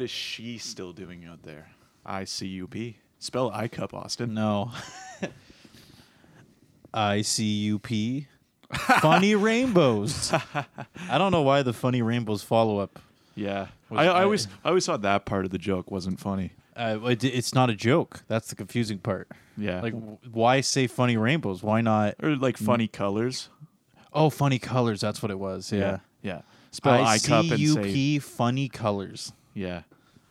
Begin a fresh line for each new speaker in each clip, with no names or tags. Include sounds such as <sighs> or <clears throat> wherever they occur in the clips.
is she still doing out there? I C U P. Spell I cup, Austin.
No. <laughs> I C U P. Funny rainbows. I don't know why the funny rainbows follow up.
Yeah,
Was
I, I
I-
always I always thought that part of the joke wasn't funny.
Uh, it, it's not a joke. That's the confusing part.
Yeah,
Like,
like
w- why say funny rainbows? Why not?
or like funny colors.
Oh, funny colors. That's what it was. Yeah.
yeah. Spell I cup and say
ICUP, funny colors.
yeah.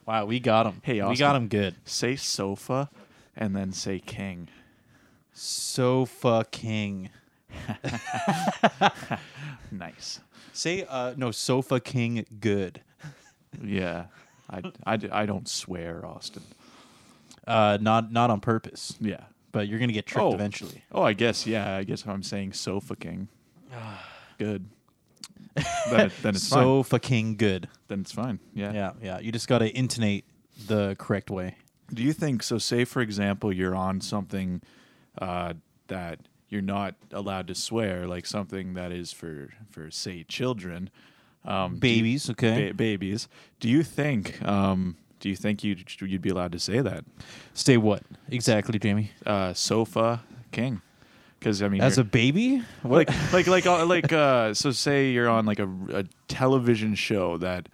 Wow, we got them.
Hey,
we
Austin.
got them good.
Say sofa, and then say king.
So fucking.
Nice.
Say uh no sofa king good.
Yeah, <laughs> I, I, d- I don't swear, Austin.
Uh, not not on purpose,
Yeah.
but you're gonna get tricked
Oh.
eventually.
Oh, I guess yeah. I guess I'm saying sofa <sighs> king. <laughs> Good. then, it, then it's fine.
So fucking good.
Then it's fine. Yeah.
Yeah, yeah. You just gotta intonate the correct way.
Do you think so? Say for example, you're on something uh, that you're not allowed to swear, like something that is for for say children, um, do you-
Babies, okay.
ba- babies. Do you think? Um, do you think you would you'd be allowed to say that
Say what exactly, Jamie?
uh, sofa king? Because I mean,
As
you're-
a baby? <laughs>
like like like uh, like uh so say you're on like a, a television show that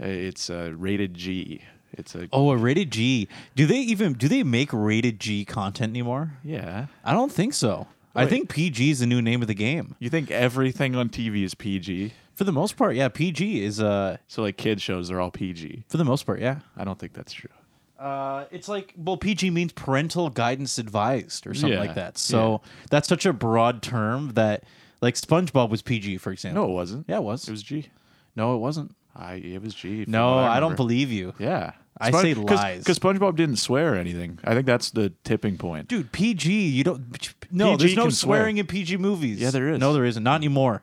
uh, it's uh, rated G. It's a
Oh, a rated G. Do they even do they make rated G content anymore?
yeah.
I don't think so. I
Wait.
think PG is the new name of the game.
You think everything on TV is PG?
For the most part, yeah. PG is uh
So like kid shows are all PG.
for the most part, yeah.
I don't think that's true.
Uh, it's like well, PG means parental guidance advised or something
Yeah,
like that. So that's such a broad term that like SpongeBob was PG, for example.
No, it wasn't.
yeah, it was.
It was G.
no, it wasn't.
I it was G. from
No,
what
I, don't
remember.
believe you,
Yeah.
I say lies.
Because SpongeBob didn't swear or anything. I think that's the tipping point.
dude. PG, you don't. No,
PG
there's no
can swear.
swearing in PG movies.
Yeah, there is.
No, there isn't. Not anymore.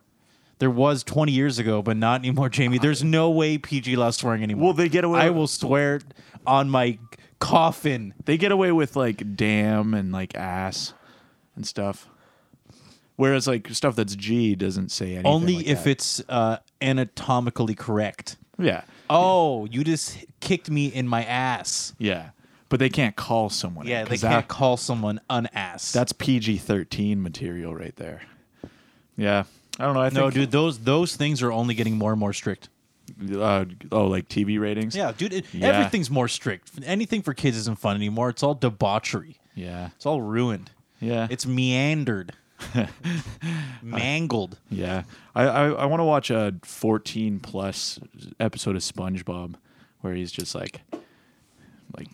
There was 20 years ago, but not anymore, Jamie. There's no way PG allows swearing anymore.
Well, they get away
I
with-
will swear on my coffin.
They get away with like damn and like ass and stuff. Whereas like stuff that's G doesn't say anything.
Only
like
if
that.
it's uh, anatomically correct.
Yeah.
Oh, you just kicked me in my ass.
Yeah. But they can't call someone.
Yeah, they
'cause that-
can't call someone an ass.
That's PG 13 material right there. Yeah. I don't know. I
no,
think,
dude. Those those things are only getting more and more strict.
Uh, oh, like TV ratings?
Yeah, dude. It,
Yeah.
Everything's more strict. Anything for kids isn't fun anymore. It's all debauchery.
Yeah.
It's all ruined.
Yeah. <laughs>
It's meandered, mangled.
Yeah, I I, I want to watch a 14 plus episode of SpongeBob where he's just like, like,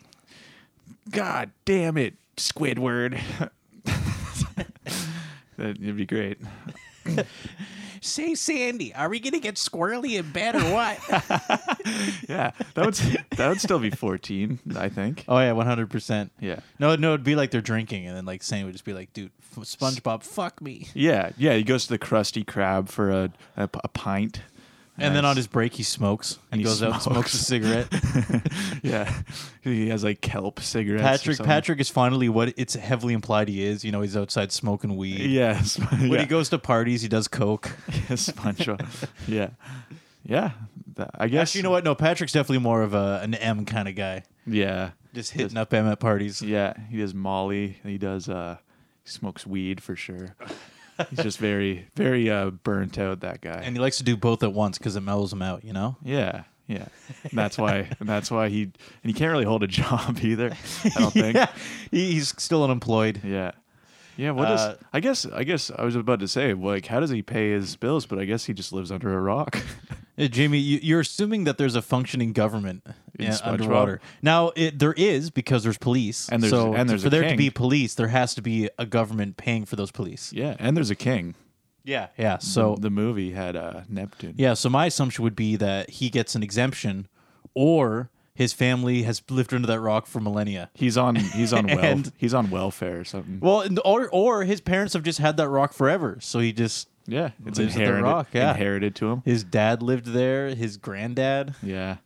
God damn it, Squidward. <laughs> That'd be great.
Say, Sandy, are we gonna get squirrely in bed or what?
Yeah, that would that would still be 14, I think.
<laughs> <laughs> oh yeah, one hundred percent.
Yeah.
No, no, it'd be like they're drinking, and then like Sandy would just be like, "Dude, f- SpongeBob, fuck me."
Yeah, yeah. He goes to the Krusty Krab for a a, p- a pint.
And then
Nice.
on his break, he smokes.
And he
he goes out and smokes
<laughs>
a cigarette.
yeah, he has like kelp cigarettes. or
Patrick
something.
Patrick is finally what it's heavily implied he is. You know, he's outside smoking weed.
Yeah, <laughs>
When
yeah.
he goes to parties, he
<laughs>
does coke.
Yeah, SpongeBob. yeah, yeah. That- I guess
Actually, you know what? No, Patrick's definitely more of a an M kind of guy.
Yeah,
Just hitting up M at parties.
yeah. He does Molly. He does. uh He smokes weed for sure. He's just very, very uh burnt out. That guy.
And he likes to do both at once because it mellows him out, you know?
yeah, yeah. And that's
<laughs>
why. and that's why he. And he can't really hold a job <laughs> either. I don't think.
yeah. He, he's still unemployed.
Yeah. Yeah. What does?
Uh,
I guess. I guess I was about to say like, how does he pay his bills? But I guess he just lives under a
<laughs>
rock.
Uh, Jamie, you, you're assuming that there's a functioning government
In
uh,
SpongeBob?
underwater. Now, it, there is because there's police.
And there's-
so
and there's
for
a
there to
king.
be police, there has to be a government paying for those police.
yeah. And there's a king.
Yeah. Yeah. So
The movie had uh, Neptune.
Yeah, so my assumption would be that he gets an exemption or his family has lived under that rock for millennia.
He's on. He's
<laughs>
on. Well,
And-
he's on welfare or something.
Well, and- or or his parents have just had that rock forever. So he just
Yeah, it's
Lives with the
inherited,
rock, yeah.
inherited to him.
his dad lived there, his granddad.
Yeah,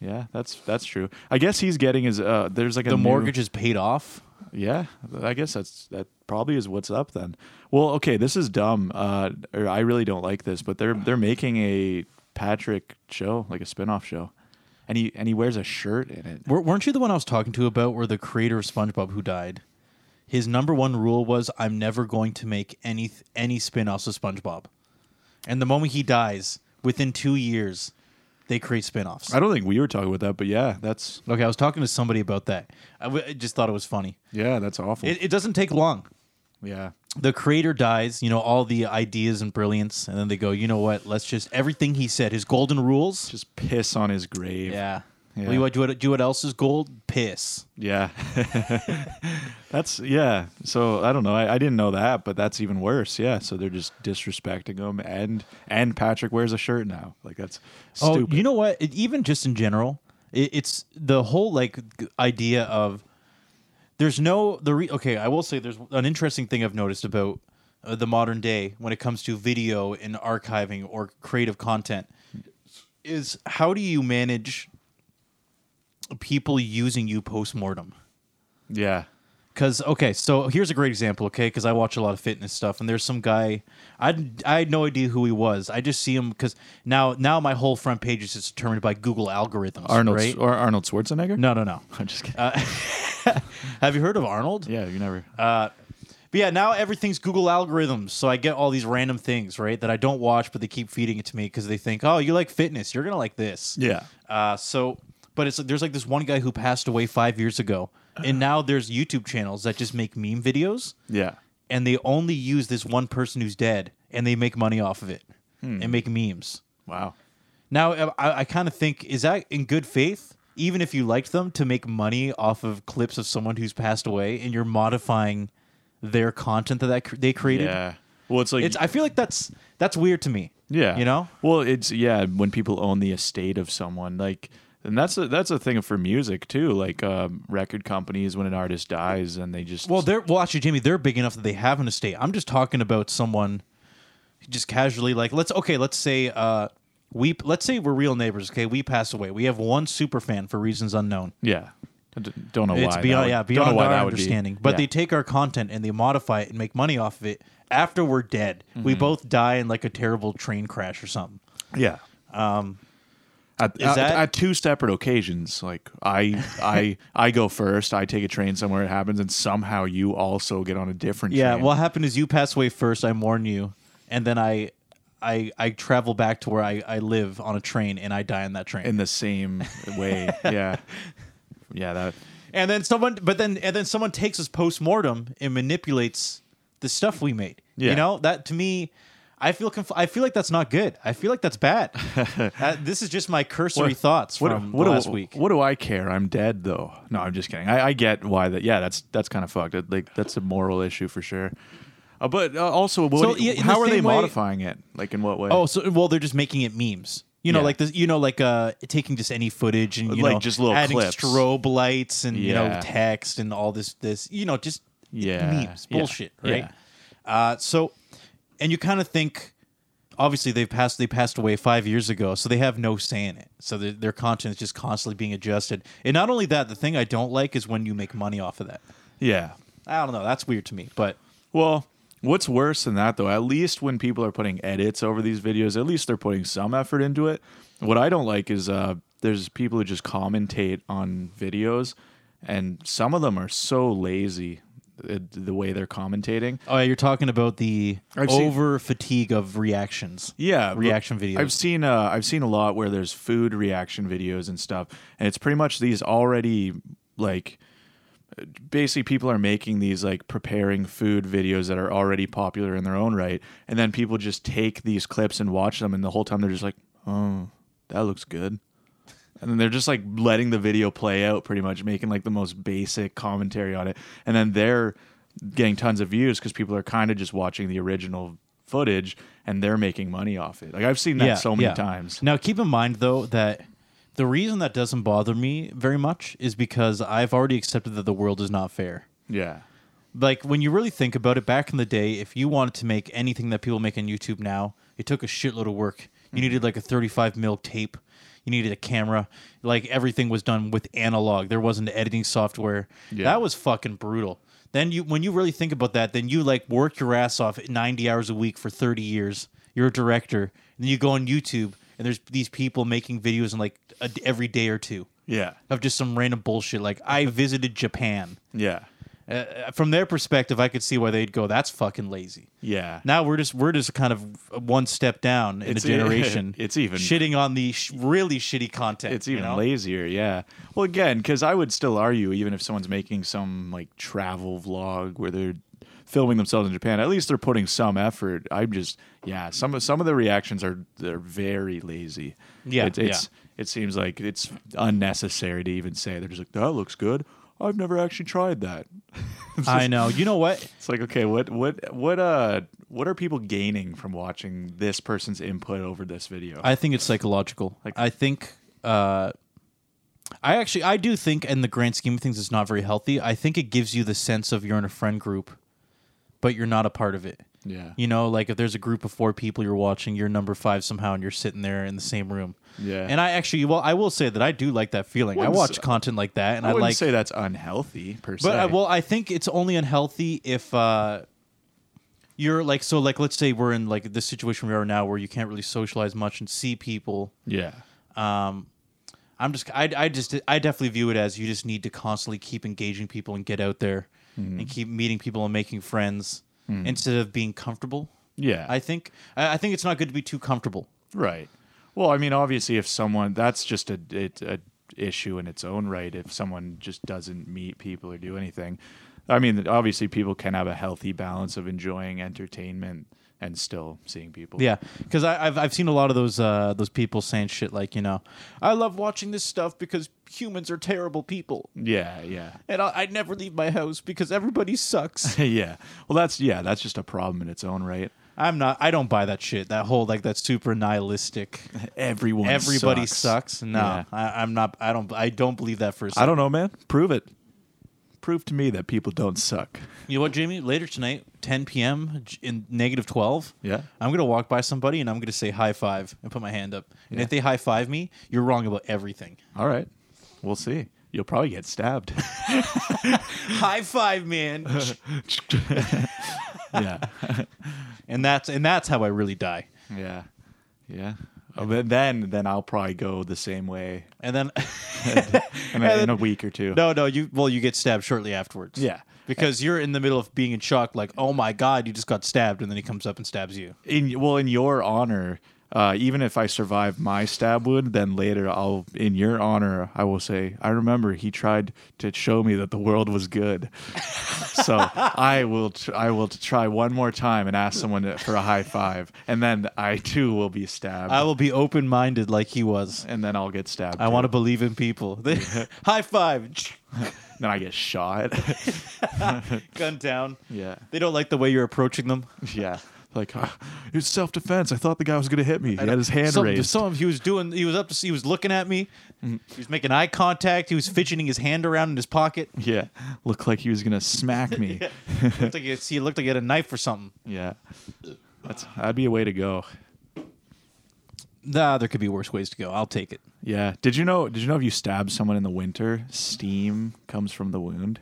yeah, that's that's true. I guess he's getting his. Uh, there's like a
The
new-
mortgage is paid off.
Yeah, I guess that's that probably is what's up then. Well, okay, this is dumb. Uh, or I really don't like this, but they're they're making a Patrick show, like a spin-off show. and he and he wears a shirt in it.
Wer- weren't you the one I was talking to about where the creator of SpongeBob who died? His number one rule was I'm never going to make any any spin-offs of SpongeBob. And the moment he dies, within 2 years, they create spin-offs.
I don't think we were talking about that, but yeah, that's
Okay, I was talking to somebody about that. I, w- I just thought it was funny.
yeah, that's awful.
It, it doesn't take long.
yeah,
The creator dies, you know, all the ideas and brilliance, and then they go, you know what? Let's just everything he said, his golden rules.
just piss on his grave.
yeah.
Yeah.
Well, you want to do what, do what else is gold? Piss.
Yeah. <laughs> that's yeah. So I don't know. I, I didn't know that, but that's even worse. Yeah. So they're just disrespecting him and and Patrick wears a shirt now. Like that's stupid.
Oh, you know what? It, even just in general, it, it's the whole like g- idea of there's no the re- okay. I will say there's an interesting thing I've noticed about uh, the modern day when it comes to video and archiving or creative content is how do you manage people using you post mortem?
yeah.
Cause okay, so here's a great example. Okay, because I watch a lot of fitness stuff, and there's some guy I I had no idea who he was. I just see him because now now my whole front page is just determined by Google algorithms.
Arnold
right?
or Arnold Schwarzenegger?
No, no, no.
I'm just
Uh,
kidding.
Have you heard of Arnold?
yeah, you never.
uh, But yeah, now everything's Google algorithms, so I get all these random things right that I don't watch, but they keep feeding it to me because they think, oh, you like fitness, you're gonna like this.
yeah.
Uh, so, but it's there's like this one guy who passed away five years ago,
<sighs>
and now there's YouTube channels that just make meme videos.
Yeah.
and they only use this one person who's dead and they make money off of it
Hmm.
and make memes.
Wow.
Now, I, I kind of think, is that in good faith? Even if you liked them to make money off of clips of someone who's passed away and you're modifying their content that, that cr- they created.
Yeah. Well, it's like
It's, I feel like that's that's weird to me.
Yeah.
You know?
Well, it's yeah, when people own the estate of someone, like and that's a that's a thing for music too. Like um, record companies when an artist dies and they just
Well, they're well, actually, Jamie, they're big enough that they have an estate. I'm just talking about someone just casually, like let's okay, let's say uh, we let's say we're real neighbors. Okay, we pass away. We have one super fan for reasons unknown.
yeah. Oh, I d- don't know why.
It's
that
beyond
would-
yeah
don't know
beyond
why
our
that would be.
understanding. But
Yeah.
they take our content and they modify it and make money off of it after we're dead. We
Mm-hmm.
both die in like a terrible train crash or something.
Yeah. Um, at,
is
at-
that-
at two separate occasions, like <laughs> I, I, I go first. I take a train somewhere. It happens, and somehow you also get on a different.
Yeah.
train.
What happened is you pass away first. I mourn you, and then I. I, I travel back to where I, I live on a train and I die on that train.
in the <laughs> same way. yeah, yeah. That
And then someone, but then and then someone takes us post mortem and manipulates the stuff we made.
Yeah.
You know that to me, I feel conf- I feel like that's not good. I feel like
<laughs>
that's bad. Uh, this is just my cursory thoughts
what,
from
what
the
do,
last week.
What do I care? I'm dead though. No, I'm just kidding. I, I get why that. Yeah, that's that's kind of fucked. It- Like that's a moral issue for sure. Uh, but uh, also, what
So,
do you-
yeah, in the
how are they
same way-
modifying it? Like in what way?
oh, so well, they're just making it memes. You know,
Yeah.
like this. You know, like uh, taking just any footage and you
Like
know,
just little
adding
clips.
strobe lights and you know
Yeah.
text and all this this. You know, just
Yeah.
memes,
Yeah.
bullshit, right? Uh, so, and you kind of think, obviously they passed they passed away five years ago, so they have no say in it. So their their content is just constantly being adjusted. And not only that, the thing I don't like is when you make money off of that.
yeah.
I don't know, that's weird to me, but
Well, what's worse than that though? At least when people are putting edits over these videos, at least they're putting some effort into it. What I don't like is uh, there's people who just commentate on videos, and some of them are so lazy uh, the way they're commentating.
oh, yeah, you're talking about the
I've seen-
over fatigue of reactions.
Yeah, but
reaction videos.
I've seen uh, I've seen a lot where there's food reaction videos and stuff, and it's pretty much these already like basically people are making these like preparing food videos that are already popular in their own right, and then people just take these clips and watch them, and the whole time they're just like, oh, that looks good. And then they're just like letting the video play out, pretty much making like the most basic commentary on it. And then they're getting tons of views because people are kind of just watching the original footage and they're making money off it. Like I've seen that so many
yeah.
times.
Now, keep in mind though that the reason that doesn't bother me very much is because I've already accepted that the world is not fair.
Yeah.
Like when you really think about it, back in the day, if you wanted to make anything that people make on YouTube now, it took a shitload of work. You needed like a 35 mil tape. You needed a camera. Like everything was done with analog. There wasn't editing software.
Yeah.
That was fucking brutal. Then you, when you really think about that, then you like work your ass off at 90 hours a week for 30 years. You're a director, and then you go on YouTube and there's these people making videos in like a, every day or two
Yeah.
of just some random bullshit. Like I visited Japan.
Yeah.
Uh, from their perspective, I could see why they'd go, "That's fucking lazy."
Yeah.
Now we're just we're just kind of one step down in
It's- e- <laughs>
a generation.
it's even-
shitting on the sh- really shitty content.
It's
you
even
know?
lazier, yeah. Well, again, because I would still argue, even if someone's making some like travel vlog where they're filming themselves in Japan, at least they're putting some effort. I'm just, yeah. Some of some of the reactions are they're very lazy.
Yeah,
it, it's it seems like it's unnecessary to even say. They're just like, that looks good. I've never actually tried that.
I know. You know what?
It's like, okay, what what what uh what are people gaining from watching this person's input over this video?
I think it's psychological. I think uh, I actually I do think in the grand scheme of things it's not very healthy. I think it gives you the sense of you're in a friend group, but you're not a part of it.
yeah,
You know, like if there's a group of four people you're watching, you're number five somehow, and you're sitting there in the same room.
Yeah.
And I actually, well, I will say that I do like that feeling. I
Wouldn't
watch
s-
content like that, and
I
I,
wouldn't
like
say that's unhealthy per se.
but I, well, I think it's only unhealthy if uh, you're like so. Like, let's say we're in like the situation we are now, where you can't really socialize much and see people.
yeah,
I'm just, I, I just, I definitely view it as you just need to constantly keep engaging people and get out there and keep meeting people and making friends instead of being comfortable.
yeah.
I think, I, I think it's not good to be too comfortable.
Right. Well, I mean, obviously, if someone that's just a it, a issue in its own right. If someone just doesn't meet people or do anything, I mean, obviously, people can have a healthy balance of enjoying entertainment and still seeing people.
Yeah, because I've I've seen a lot of those uh, those people saying shit like you know, I love watching this stuff because humans are terrible people,
Yeah. Yeah. <laughs>
and I, I never leave my house because everybody sucks.
yeah. Well, that's yeah. That's just a problem in its own right.
I'm not. I don't buy that shit. That whole like that super nihilistic.
Everyone.
Everybody sucks. No,
Yeah.
I, I'm not. I don't. I don't believe that for a second.
I don't know, man. Prove it. Prove to me that people don't suck.
You know what, Jamie? Later tonight, 10 p.m. j- in negative 12.
Yeah.
I'm gonna walk by somebody and I'm gonna say high five and put my hand up. And
Yeah.
if they high five me, you're wrong about everything.
All right. We'll see. You'll probably get stabbed. <laughs>
<laughs> high five, man.
yeah.
<laughs> and that's and that's how I really die.
Yeah, yeah. Oh, but then then I'll probably go the same way
And then <laughs>
in a, in a week or two.
no, no, you well, you get stabbed shortly afterwards.
Yeah.
Because you're in the middle of being in shock, like, oh my god, you just got stabbed, and then he comes up and stabs you.
In well, in your honor, uh, even if I survive my stab wound, then later I'll in your honor I will say I remember he tried to show me that the world was good. <laughs> so I will tr- I will try one more time and ask someone to- for a high five, and then I too will be stabbed,
I will be open minded like he was.
and then I'll get stabbed.
I want to believe
<laughs>
in people. <laughs> High five. <laughs>
Then I get shot. <laughs>
Gun down.
yeah.
They don't like the way you're approaching them.
<laughs> Yeah. Like, uh, it was self defense. I thought the guy was going to hit me. He had his hand
some,
raised.
some- he was doing. He was up to. He was looking at me. He was making eye contact. He was fidgeting his hand around in his pocket.
yeah. Looked like he was going to smack
<laughs>
me. yeah.
looked like he, he looked like he had a knife or something.
That's, that'd be a way to go.
Nah, there could be worse ways to go. I'll take it.
Yeah. Did you know, did you know if you stab someone in the winter, steam comes from the wound?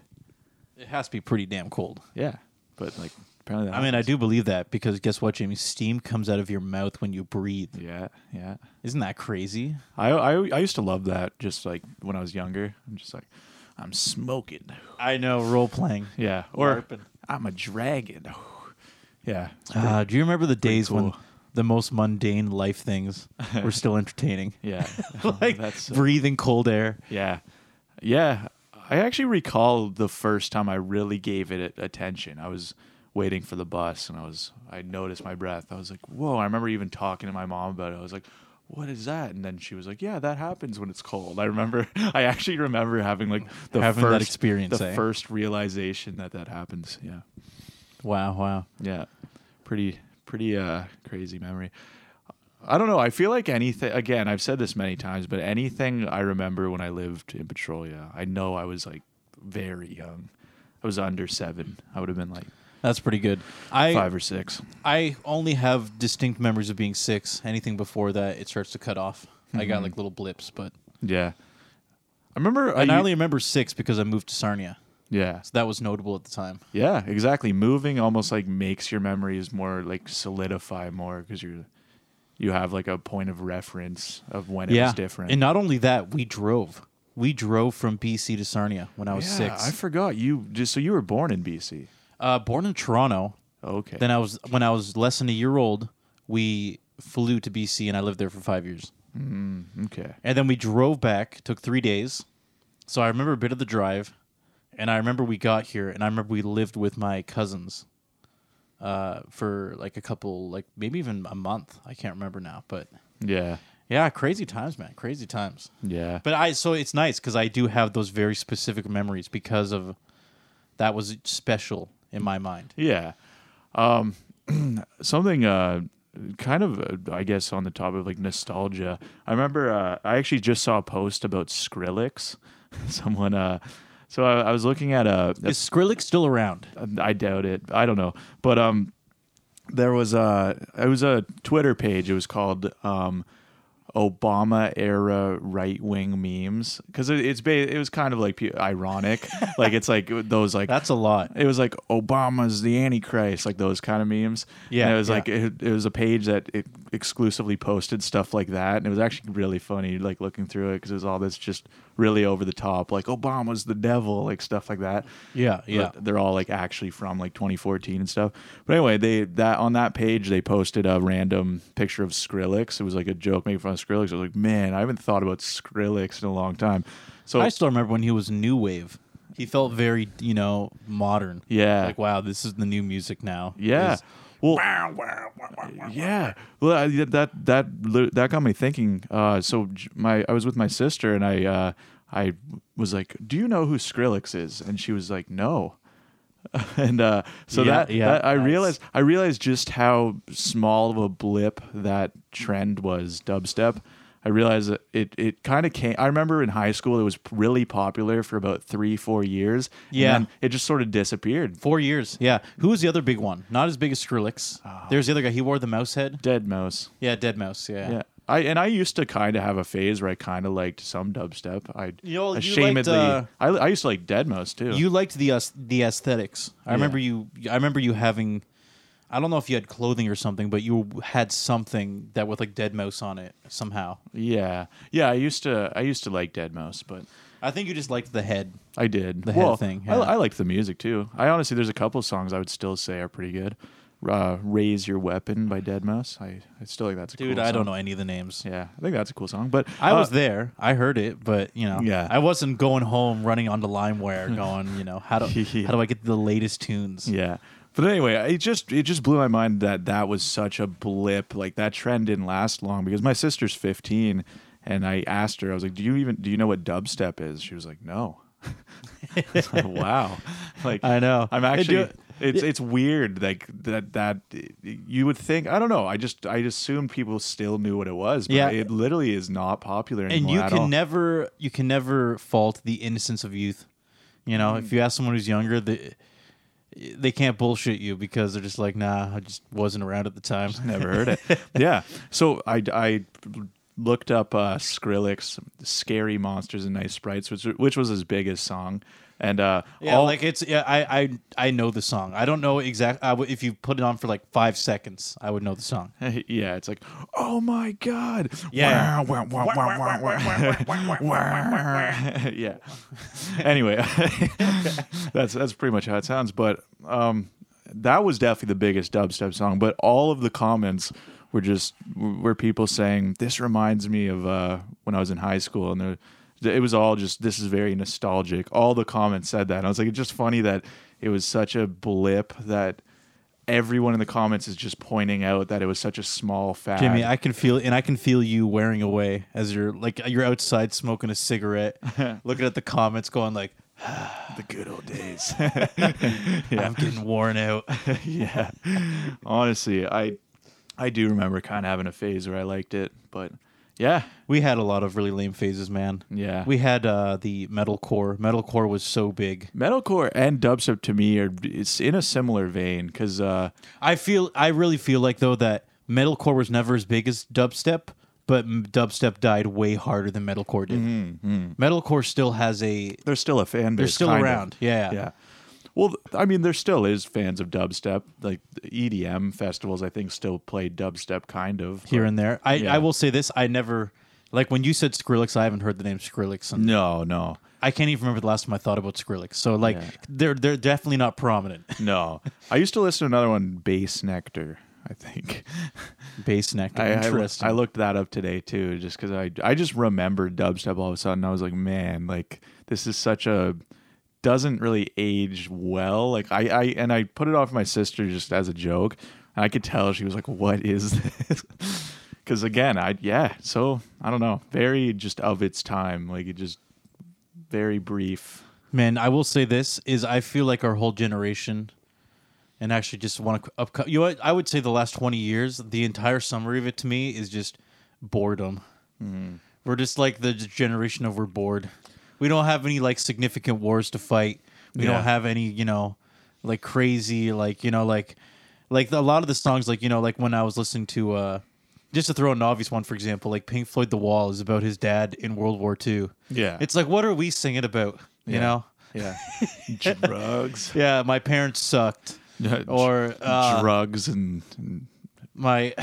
It has to be pretty damn cold.
Yeah. But like, apparently that.
I mean, I do believe that because guess what, Jamie? Steam comes out of your mouth when you breathe.
yeah. Yeah.
Isn't that crazy?
I, I, I used to love that just like when I was younger. I'm just like, I'm smoking.
I know role playing.
Yeah. Or
LARPing.
I'm a dragon.
<laughs>
yeah.
Uh, do you remember the days when
cool.
the most mundane life things were still entertaining? <laughs>
Yeah.
like
That's, uh,
breathing cold air.
Yeah. Yeah. I actually recall the first time I really gave it attention. I was waiting for the bus and I was I noticed my breath. I was like, "Whoa." I remember even talking to my mom about it. I was like, "What is that?" And then she was like, "Yeah, that happens when it's cold." I remember <laughs> I actually remember having like the
Having that
first
experience,
the
eh?
first realization that that happens. Yeah.
Wow, wow.
Yeah. Pretty pretty uh crazy memory. I don't know. I feel like anything again, I've said this many times, but anything I remember when I lived in Petrolia, I know I was like very young. I was under 7. I would have been like
That's pretty good. I
5 or 6.
I only have distinct memories of being six. Anything before that, it starts to cut off. I
Hmm.
got like little blips, but
Yeah. I remember
and I
you-
only remember six because I moved to Sarnia.
Yeah.
So that was notable at the time.
Yeah, exactly. Moving almost like makes your memories more like solidify more cuz you're you have like a point of reference of when it
yeah,
was different.
And not only that, we drove. We drove from BC to Sarnia when I was
yeah, I
six.
forgot you just so you were born in BC.
uh, born in Toronto.
Okay.
Then I was when I was less than a year old. We flew to BC and I lived there for five years.
okay.
And then we drove back, took three days. So I remember a bit of the drive. And I remember we got here and I remember we lived with my cousins uh, for like a couple, like maybe even a month. I can't remember now. But
Yeah.
yeah, crazy times, man. Crazy times.
Yeah.
But I, so it's nice because I do have those very specific memories because of that was special in my mind.
Yeah. Um, <clears throat> something uh, kind of, uh, I guess, on the topic of like nostalgia. I remember uh, I actually just saw a post about Skrillex. <laughs> Someone, uh, so I, I was looking at a, a
Is Skrillex still around?
I doubt it. I don't know. But um there was a it was a Twitter page. It was called um Obama era right wing memes because it, it's ba- it was kind of like pu-
<laughs>
ironic, like it's like those like
That's a lot.
it was like Obama's the Antichrist, like those kind of memes.
Yeah,
and it was
yeah.
like it, it was a page that it exclusively posted stuff like that, and it was actually really funny, like looking through it because it was all this just really over the top, like Obama's the devil, like stuff like that
Yeah, yeah.
but they're all like actually from like 2014 and stuff. But anyway, they that on that page they posted a random picture of Skrillex. It was like a joke making fun of Skrillex. I was like, man, I haven't thought about Skrillex in a long time. So
I still remember when he was new wave. He felt very, you know, modern.
Yeah.
Like, wow, this is the new music now.
yeah,
Is-
well, yeah, well I, that that li- that got me thinking. Uh, so j- my I was with my sister and I uh, I was like, do you know who Skrillex is? And she was like, no. <laughs> and uh, so
Yeah,
that,
yeah,
that I
that's-
realized I realized just how small of a blip that trend was dubstep. I realized that it it kind of came. I remember in high school it was really popular for about three four years. and
Yeah.
then it just sort of disappeared.
Four years. Yeah. Who was the other big one? Not as big as Skrillex. There's the other guy. He wore the mouse head.
Dead mouse.
Yeah, Dead Mouse. Yeah.
Yeah. I and I used to kind of have a phase where I kind of liked some dubstep. I
You know, you liked,
ashamedly
uh,
I, I used to like Deadmau5 too.
You liked the us the aesthetics. I remember you. I remember you having. I don't know if you had clothing or something, but you had something that with like Dead Mouse on it somehow.
yeah. Yeah, I used to I used to like Deadmau5, but
I think you just liked the head.
I did. The
head
well,
thing,
I,
yeah.
I liked the music too. I honestly there's a couple songs I would still say are pretty good. Uh, Raise Your Weapon by Deadmau5. I, I still think that's a
Dude,
cool
I
song.
don't know any of the names.
Yeah, I think that's a cool song. But
I
uh,
was there. I heard it, but you know,
Yeah.
I wasn't going home running onto
<laughs>
LimeWire, going, you know, how do
Yeah. <laughs>
how do I get the latest tunes?
Yeah. But anyway, it just it just blew my mind that that was such a blip. Like that trend didn't last long because my sister's 15 and I asked her I was like, "Do you even do you know what dubstep is?" She was like, "No." <laughs> I was like, wow. <laughs> Like
I know.
I'm
I do-
actually it's it's weird like that that you would think I don't know. I just I assumed people still knew what it was, but
Yeah.
it literally is not popular
And
anymore.
you
at
can
all.
never you can never fault the innocence of youth. You know,
Mm.
if you ask someone who's younger, they they can't bullshit you because they're just like, nah, I just wasn't around at the time.
Never heard it. yeah. So I, I looked up uh, Skrillex, "Scary Monsters and Nice Sprites," which which was his biggest song, and uh,
<laughs> Yeah,
all
like it's yeah, I I I know the song. I don't know exactly. W- if you put it on for like five seconds, I would know the song.
<laughs> yeah, it's like, oh my god,
Yeah.
Wah, wah, wah, wah, wah, wah, wah. <laughs>
<laughs>
yeah. Anyway, <laughs> that's that's pretty much how it sounds. But um, that was definitely the biggest dubstep song. But all of the comments were just were people saying this reminds me of uh, when I was in high school, and there, it was all just this is very nostalgic. All the comments said that, and I was like, it's just funny that it was such a blip that everyone in the comments is just pointing out that it was such a small fad.
Jimmy, I can feel and I can feel you wearing away as you're like you're outside smoking
<laughs>
a cigarette, looking at the comments, going like,
the good old days. <laughs>
"I'm getting worn out."
yeah. Honestly, I I do remember kind of having a phase where I liked it, but yeah,
we had a lot of really lame phases, man.
Yeah.
we had uh, the metalcore. Metalcore was so big.
metalcore and dubstep to me are it's in a similar vein because uh,
I feel I really feel like though that metalcore was never as big as dubstep, but m- dubstep died way harder than metalcore did. Metalcore still has a
they're still a fan base.
they're still
Mm-hmm, kind of.
around. Yeah,
Yeah. Well, th- I mean, there still is fans of dubstep. Like the EDM festivals, I think, still play dubstep kind of but-
here and there. I,
Yeah.
I will say this: I never like when you said Skrillex. I haven't heard the name Skrillex, and
No, no,
I can't even remember the last time I thought about Skrillex. So like,
Yeah.
they're they're definitely not prominent.
no. I used to listen to another one, Bass Nectar. I think
<laughs> Bass neck,
I, I,
interesting.
I looked that up today too, just because I I just remembered dubstep all of a sudden. I was like, man, like this is such a doesn't really age well. Like I I and I put it off my sister just as a joke, and I could tell she was like, what is <laughs> this? Because again, I yeah, so I don't know, very just of its time. Like it just very brief.
Man, I will say this is I feel like our whole generation, and actually just want to upco You know, what? I would say the last twenty years, the entire summary of it to me is just boredom.
Mm-hmm.
We're just like the generation of we're bored. We don't have any like significant wars to fight. We
Yeah.
don't have any, you know, like crazy, like you know, like like a lot of the songs, like you know, like when I was listening to. uh just to throw an obvious one, for example, like Pink Floyd "The Wall" is about his dad in World War II.
Yeah.
it's like, what are we singing about? You
Yeah.
know,
Yeah, <laughs> drugs,
yeah, my parents sucked, <laughs> or uh,
<laughs> drugs and, and
my <laughs>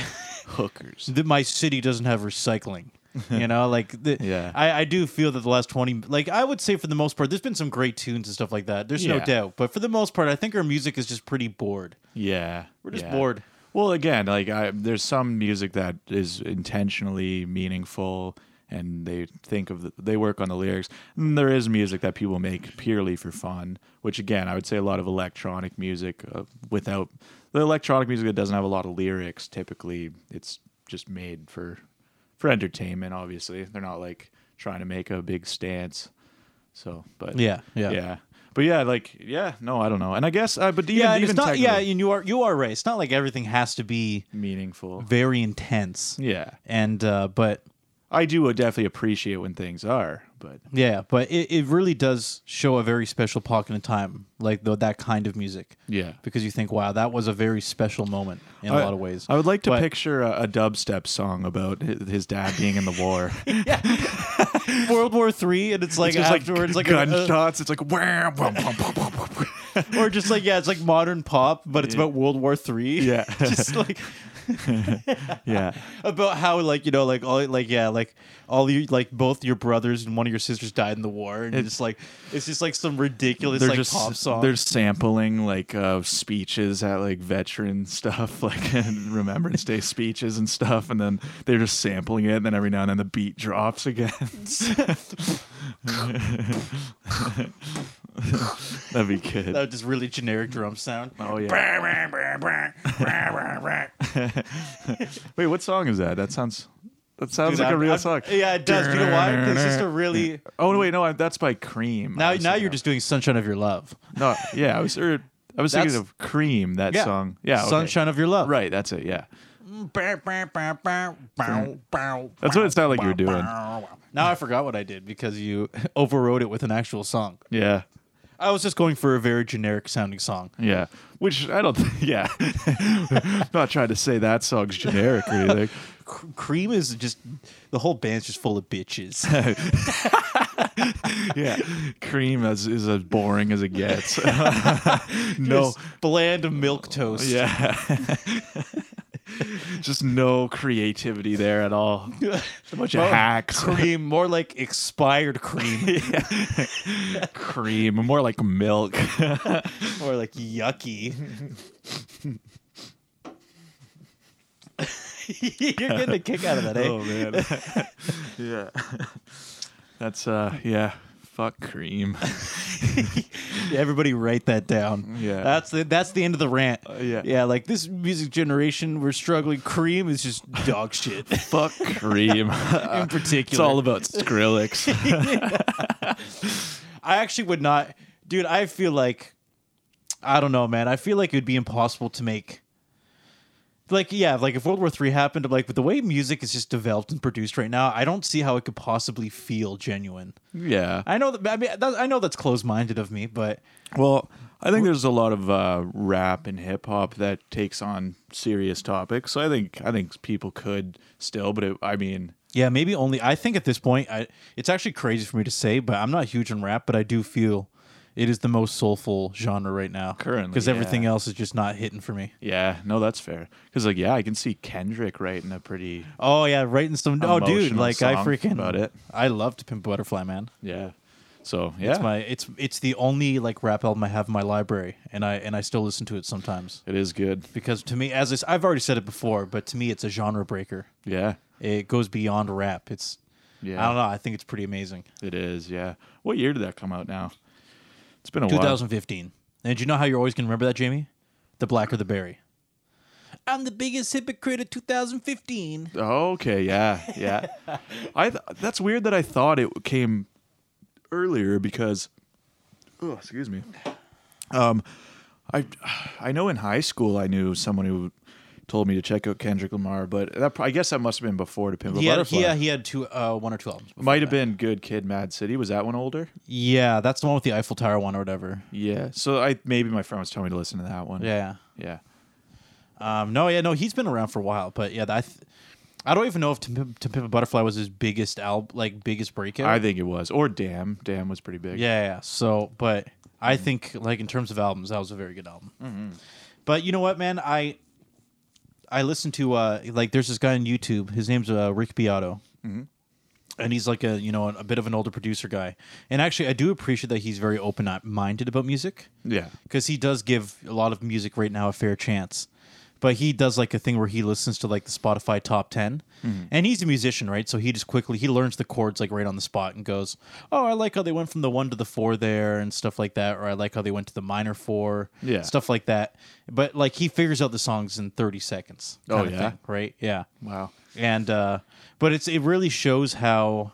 hookers.
th- my city doesn't have recycling. You know, like the,
<laughs> Yeah.
I, I do feel that the last twenty, like I would say for the most part, there's been some great tunes and stuff like that. There's no
Yeah.
doubt, but for the most part, I think our music is just pretty bored.
Yeah, we're
just bored.
Well, again, like I, there's some music that is intentionally meaningful, and they think of the, they work on the lyrics. And there is music that people make purely for fun, which again, I would say a lot of electronic music uh, without the electronic music that doesn't have a lot of lyrics. Typically, it's just made for for entertainment. Obviously, they're not like trying to make a big stance. So, but
Yeah, yeah.
yeah. But yeah, like yeah, no, I don't know, and I guess, uh, but even,
yeah, and
even
it's not.
technical-
Yeah, and you are you are right. It's not like everything has to be
meaningful.
very intense.
Yeah.
and uh, but
I do uh, definitely appreciate when things are, but
yeah, but it, it really does show a very special pocket in time, like the, that kind of music.
yeah.
because you think, wow, that was a very special moment in a lot of ways.
I would like to
But-
picture a, a dubstep song about hi- his dad being in the <laughs> war.
<laughs> World War Three, and it's like
it's just
afterwards, like,
like, uh,
a- a-
gunshots. it's like wham, wham, wham, wham, wham, wham, wham.
or just like yeah, it's like modern pop, but it's about World War Three.
Yeah.
<laughs> just like
<laughs> yeah,
about how like you know like all like yeah like all you like both your brothers and one of your sisters died in the war, and it's just like it's just like some ridiculous
they're
like
just
pop song.
they're sampling like uh, speeches at like veteran stuff, <laughs> like and Remembrance Day speeches and stuff, and then they're just sampling it. And then every now and then the beat drops again. <laughs> That'd be good.
that was just really generic drum sound.
Oh yeah. Wait, what song is that? That sounds that sounds
Dude,
like a
I'm-
real
I'm-
song.
Yeah, it does. You know why? 'Cause it's just a really
Oh no, wait, no, I, that's by Cream. I
now
was
now
thinking
you're
of-
just doing Sunshine of Your Love.
no, yeah. I was er, I was thinking
That's-
of Cream. That
Yeah.
song, yeah, okay.
Sunshine of Your Love.
Right, that's it. Yeah,
That's
that's what it sounded like you were doing.
Now I forgot what I did because you <laughs> overrode it with an actual song.
Yeah,
I was just going for a very generic sounding song.
yeah. Which I don't. <laughs> yeah, not trying to say that song's generic or anything.
C- Cream is just the whole band's just full of <laughs> bitches.
Yeah, Cream is, is as boring as it gets. <laughs> no,
Just bland milk toast.
Yeah. <laughs> Just no creativity there at all. A bunch of <laughs>
More
hacks.
<laughs> Cream, more like expired <laughs> cream,
Cream. More like milk. <laughs>
more like yucky. <laughs> You're getting a kick out of that, eh?
Oh, man. <laughs> yeah. That's uh yeah. Fuck cream.
<laughs> Everybody write that down.
Yeah. Uh,
That's the that's the end of the rant.
yeah.
Yeah, like this music generation, we're struggling. Cream is just
<laughs>
dog shit
Fuck <laughs> cream.
in particular.
Uh, it's all about Skrillex. <laughs>
I actually would not dude, I feel like I don't know, man. I feel like it would be impossible to make like yeah, like if World War Three happened, like with the way music is just developed and produced right now, I don't see how it could possibly feel genuine.
yeah.
I know that I mean that, I know that's closed minded of me, but
Well, I think there's a lot of uh, rap and hip hop that takes on serious topics. So I think I think people could still, but it, I mean,
Yeah, maybe only. I think at this point, I, it's actually crazy for me to say, but I'm not huge on rap, but I do feel it is the most soulful genre right now.
Currently,
because everything
yeah.
else is just not hitting for me.
Yeah, no, that's fair. Because like, yeah, I can see Kendrick writing a pretty
Oh yeah, writing some. oh dude,
Emotional
like I
song
freaking
about it.
I love to pimp butterfly, man.
yeah. So yeah,
It's my it's it's the only like rap album I have in my library, and I and I still listen to it sometimes
it is good.
because to me, as I, have already said it before, but to me, it's a genre breaker.
Yeah,
It goes beyond rap. It's
yeah,
I don't know. I think it's pretty amazing.
it is. Yeah. What year did that come out? Now, it's been a while.
2015. And do you know how you're always gonna remember that, Jamie? The black or the berry. I'm the biggest hypocrite of 2015.
Okay, yeah, yeah. I th- that's weird that I thought it came earlier because, oh, excuse me. Um, I I know in high school I knew someone who told me to check out Kendrick Lamar, but that pro- I guess that must have been before to Pimp a
He had,
Butterfly.
yeah, he had two, uh, one or two albums. before
might
that.
have been Good Kid, Mad City. Was that one older?
Yeah, that's the one with the Eiffel Tower one or whatever.
Yeah. So I maybe my friend was telling me to listen to that one.
Yeah.
Yeah.
Um, no, yeah, no, he's been around for a while, but yeah, I, th- I don't even know if to, Pimp- to Pimp a Butterfly was his biggest al- like biggest breakout.
I think it was. Or Damn. Damn was pretty big.
yeah, yeah. So, but I think like in terms of albums, that was a very good album. But you know what, man, I, I listened to uh like there's this guy on YouTube. His name's uh, Rick Beato. And he's like a you know a bit of an older producer guy, and actually I do appreciate that he's very open minded about music.
Yeah.
because he does give a lot of music right now a fair chance. But he does like a thing where he listens to like the Spotify top 10
Mm-hmm.
and he's a musician, right? So he just quickly he learns the chords like right on the spot and goes, "Oh, I like how they went from the one to the four there and stuff like that, or I like how they went to the minor four,
Yeah.
stuff like that." But like he figures out the songs in thirty seconds.
Oh,
kinda
yeah?
right, yeah
Wow.
and uh but it's it really shows how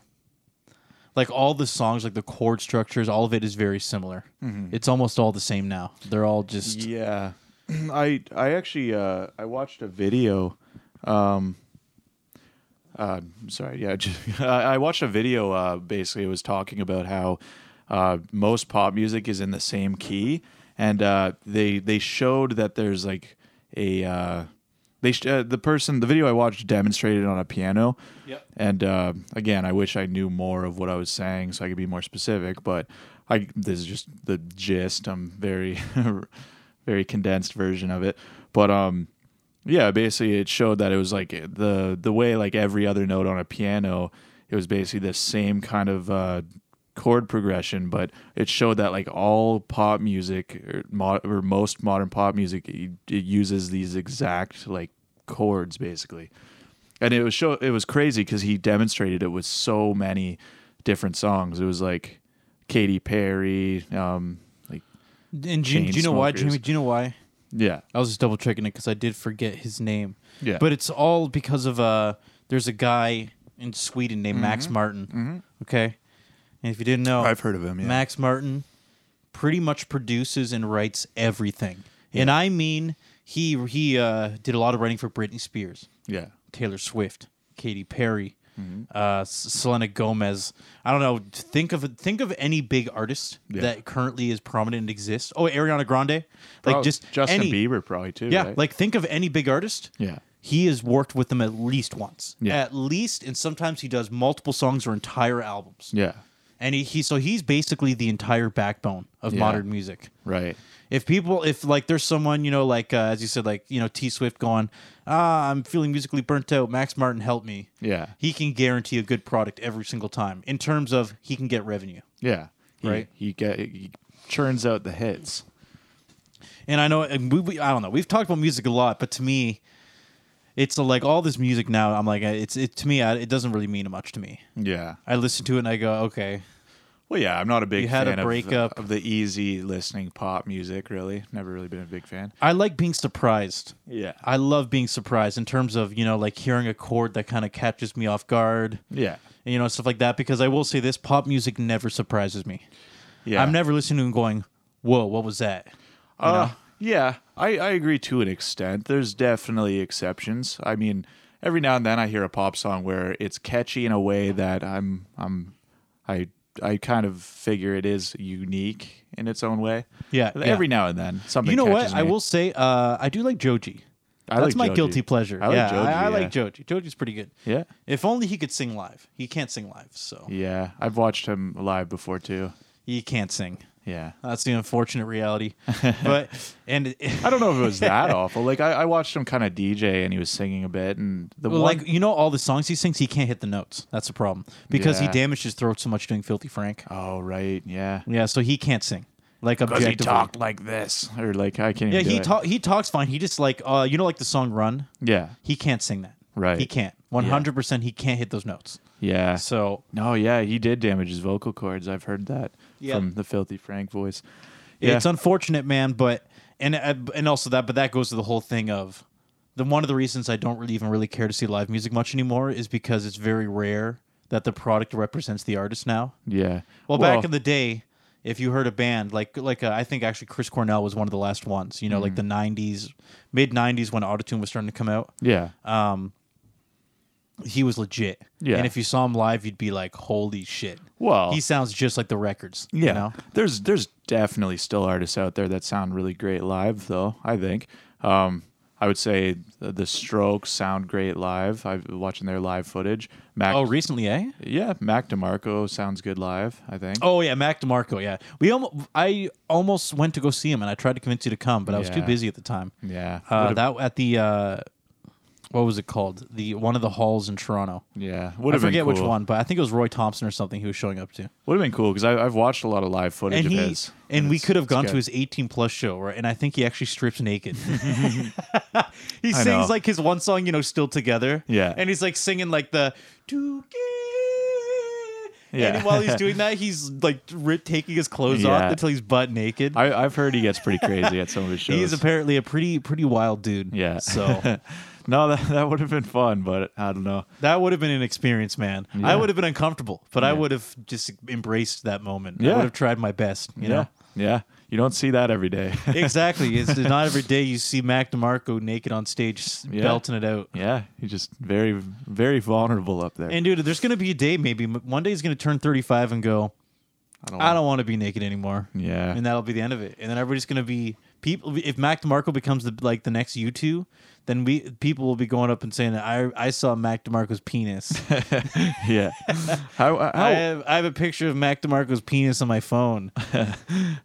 like all the songs like the chord structures all of it is very similar it's almost all the same now they're all just
Yeah, <clears throat> I I actually uh, I watched a video. Um, uh, sorry, yeah, <laughs> just, I I watched a video. Uh, basically, it was talking about how uh, most pop music is in the same key, and uh, they they showed that there's like a uh, they sh- uh, the person the video I watched demonstrated on a piano.
Yep.
And uh, again, I wish I knew more of what I was saying so I could be more specific. But I this is just the gist. I'm very <laughs> very condensed version of it. But um, yeah, basically it showed that it was like eh, the the way like every other note on a piano, it was basically the same kind of uh, chord progression, but it showed that like all pop music or, mo- or most modern pop music it, it uses these exact like chords basically. And it was show it was crazy cuz he demonstrated it with so many different songs. It was like Katy Perry, um like
and do, you- do you know why
Chainsmokers.
Jimmy do you know why
yeah.
I was just double checking it because I did forget his name
Yeah.
but it's all because of uh there's a guy in Sweden named Max Martin okay and if you didn't know
Mm-hmm. I've heard of him, yeah.
Max Martin pretty much produces and writes everything. And I mean, he he uh, did a lot of writing for Britney Spears,
Yeah.
Taylor Swift, Katy Perry,
Mm-hmm.
uh, S- Selena Gomez. I don't know. Think of think of any big artist
Yeah.
that currently is prominent and exists. Oh, Ariana Grande, like
Probably
just
Justin
any,
Bieber probably too,
Yeah,
right?
like think of any big artist.
Yeah.
He has worked with them at least once.
Yeah.
At least, and sometimes he does multiple songs or entire albums
Yeah.
and he, he so he's basically the entire backbone of
Yeah.
modern music.
Right.
If people, if like there's someone you know, like uh, as you said, like you know T Swift going, ah, I'm feeling musically burnt out. Max Martin, help me.
Yeah.
He can guarantee a good product every single time in terms of he can get revenue.
Yeah. He,
Right.
He get he churns out the hits.
And I know, and we, we I don't know, we've talked about music a lot, but to me, it's like all this music now. I'm like, uh, it's it to me, I, it doesn't really mean much to me.
Yeah.
I listen to it and I go, okay,
Well, yeah, I'm not a big
You had a
fan
breakup.
Of, of the easy listening pop music. Really, never really been a big fan.
I like being surprised.
Yeah.
I love being surprised in terms of, you know, like hearing a chord that kind of catches me off guard,
Yeah,
and, you know, stuff like that. Because I will say this pop music never surprises me.
yeah.
I'm never listening to and going, whoa, what was that?
Uh, Yeah, I I agree to an extent. There's definitely exceptions. I mean, every now and then I hear a pop song where it's catchy in a way that I'm I'm I I kind of figure it is unique in its own way.
Yeah, yeah.
Every now and then something.
You know what?
catches
I
me.
will say, uh, I do like Joji.
I like
That's my
Joji.
guilty pleasure.
I like
yeah,
Joji,
I, I
yeah.
like Joji. Joji's pretty good.
Yeah.
If only he could sing live. He can't sing live, so
Yeah, I've watched him live before too.
he can't sing.
Yeah.
That's the
<laughs>
unfortunate reality. But and
I don't know if it was
<laughs>
that awful. Like I, I watched him kind of DJ and he was singing a bit and the
Well,
one
like you know, all the songs he sings, he can't hit the notes. That's the problem because he
Yeah.
damaged his throat so much doing Filthy Frank.
Oh right, yeah.
Yeah, so he can't sing. Like
Because
objectively,
he talked like this. Or like I can't
yeah,
even do
he
it.
ta- he talks fine. He just like uh, you know, like the song Run.
Yeah.
He can't sing that.
Right.
He can't. One hundred percent. He can't hit those notes.
Yeah.
So
No, yeah, he did damage his vocal cords. I've heard that
Yeah.
from the filthy Frank voice. Yeah.
it's unfortunate, man. But and uh, and also that, but that goes to the whole thing of the one of the reasons I don't really even really care to see live music much anymore is because it's very rare that the product represents the artist now.
yeah.
Well, back in the day, if you heard a band like like uh, I think actually Chris Cornell was one of the last ones. You know,
Mm.
like the '90s, mid '90s when autotune was starting to come out.
yeah.
He was legit.
Yeah.
And if you saw him live, you'd be like, "Holy shit!"
Well-
he sounds just like the records.
Yeah,
You know?
there's there's definitely still artists out there that sound really great live, though. I think. Um, I would say the, the Strokes sound great live. I've been watching their live footage. Mac,
Oh, recently, eh?
yeah, Mac DeMarco sounds good live. I think.
Oh yeah, Mac DeMarco. Yeah, we almost I almost went to go see him, and I tried to convince you to come, but I was too
Yeah. Mm.
busy at the time.
yeah,
Uh,
Would've-
that at the uh, what was it called? The one of the halls in Toronto.
yeah. Would
I
have
forget
been
which
cool.
one, but I think it was Roy Thompson or something who was showing up to.
Would have been cool because I've watched a lot of live footage
and
of
he
his.
and, we
it's-
could have
it's
gone to
good.
his 18 plus show right and i think he actually
<laughs>
strips naked <laughs> he sings
know.
like his one song you know still together
Yeah.
and he's like singing like the
Yeah.
and while he's
<laughs>
doing that he's like ri taking his clothes
Yeah.
off until he's butt naked
I, I've heard he gets pretty crazy at some
<laughs>
of his shows.
he's apparently a pretty pretty wild dude
Yeah. <laughs>
so
no, that, that would have been fun, but I don't know.
that would have been an experience man i
Yeah.
would have been uncomfortable but i would have just embraced that moment i
Yeah.
would have tried my best you
yeah,
know
yeah. You don't see that every day. <laughs>
exactly. It's not every day you see Mac DeMarco naked on stage s
Yeah.
belting it out.
Yeah, he's just very, very vulnerable up there.
And dude, there's gonna be a day maybe m- one day he's gonna turn 35 and go, I don't, want to be naked anymore.
Yeah.
and that'll be the end of it. And then everybody's gonna be people. If Mac DeMarco becomes the like the next U two, then we people will be going up and saying, I I saw Mac DeMarco's penis.
<laughs> yeah. How uh, how,
I have I have a picture of Mac DeMarco's penis on my phone.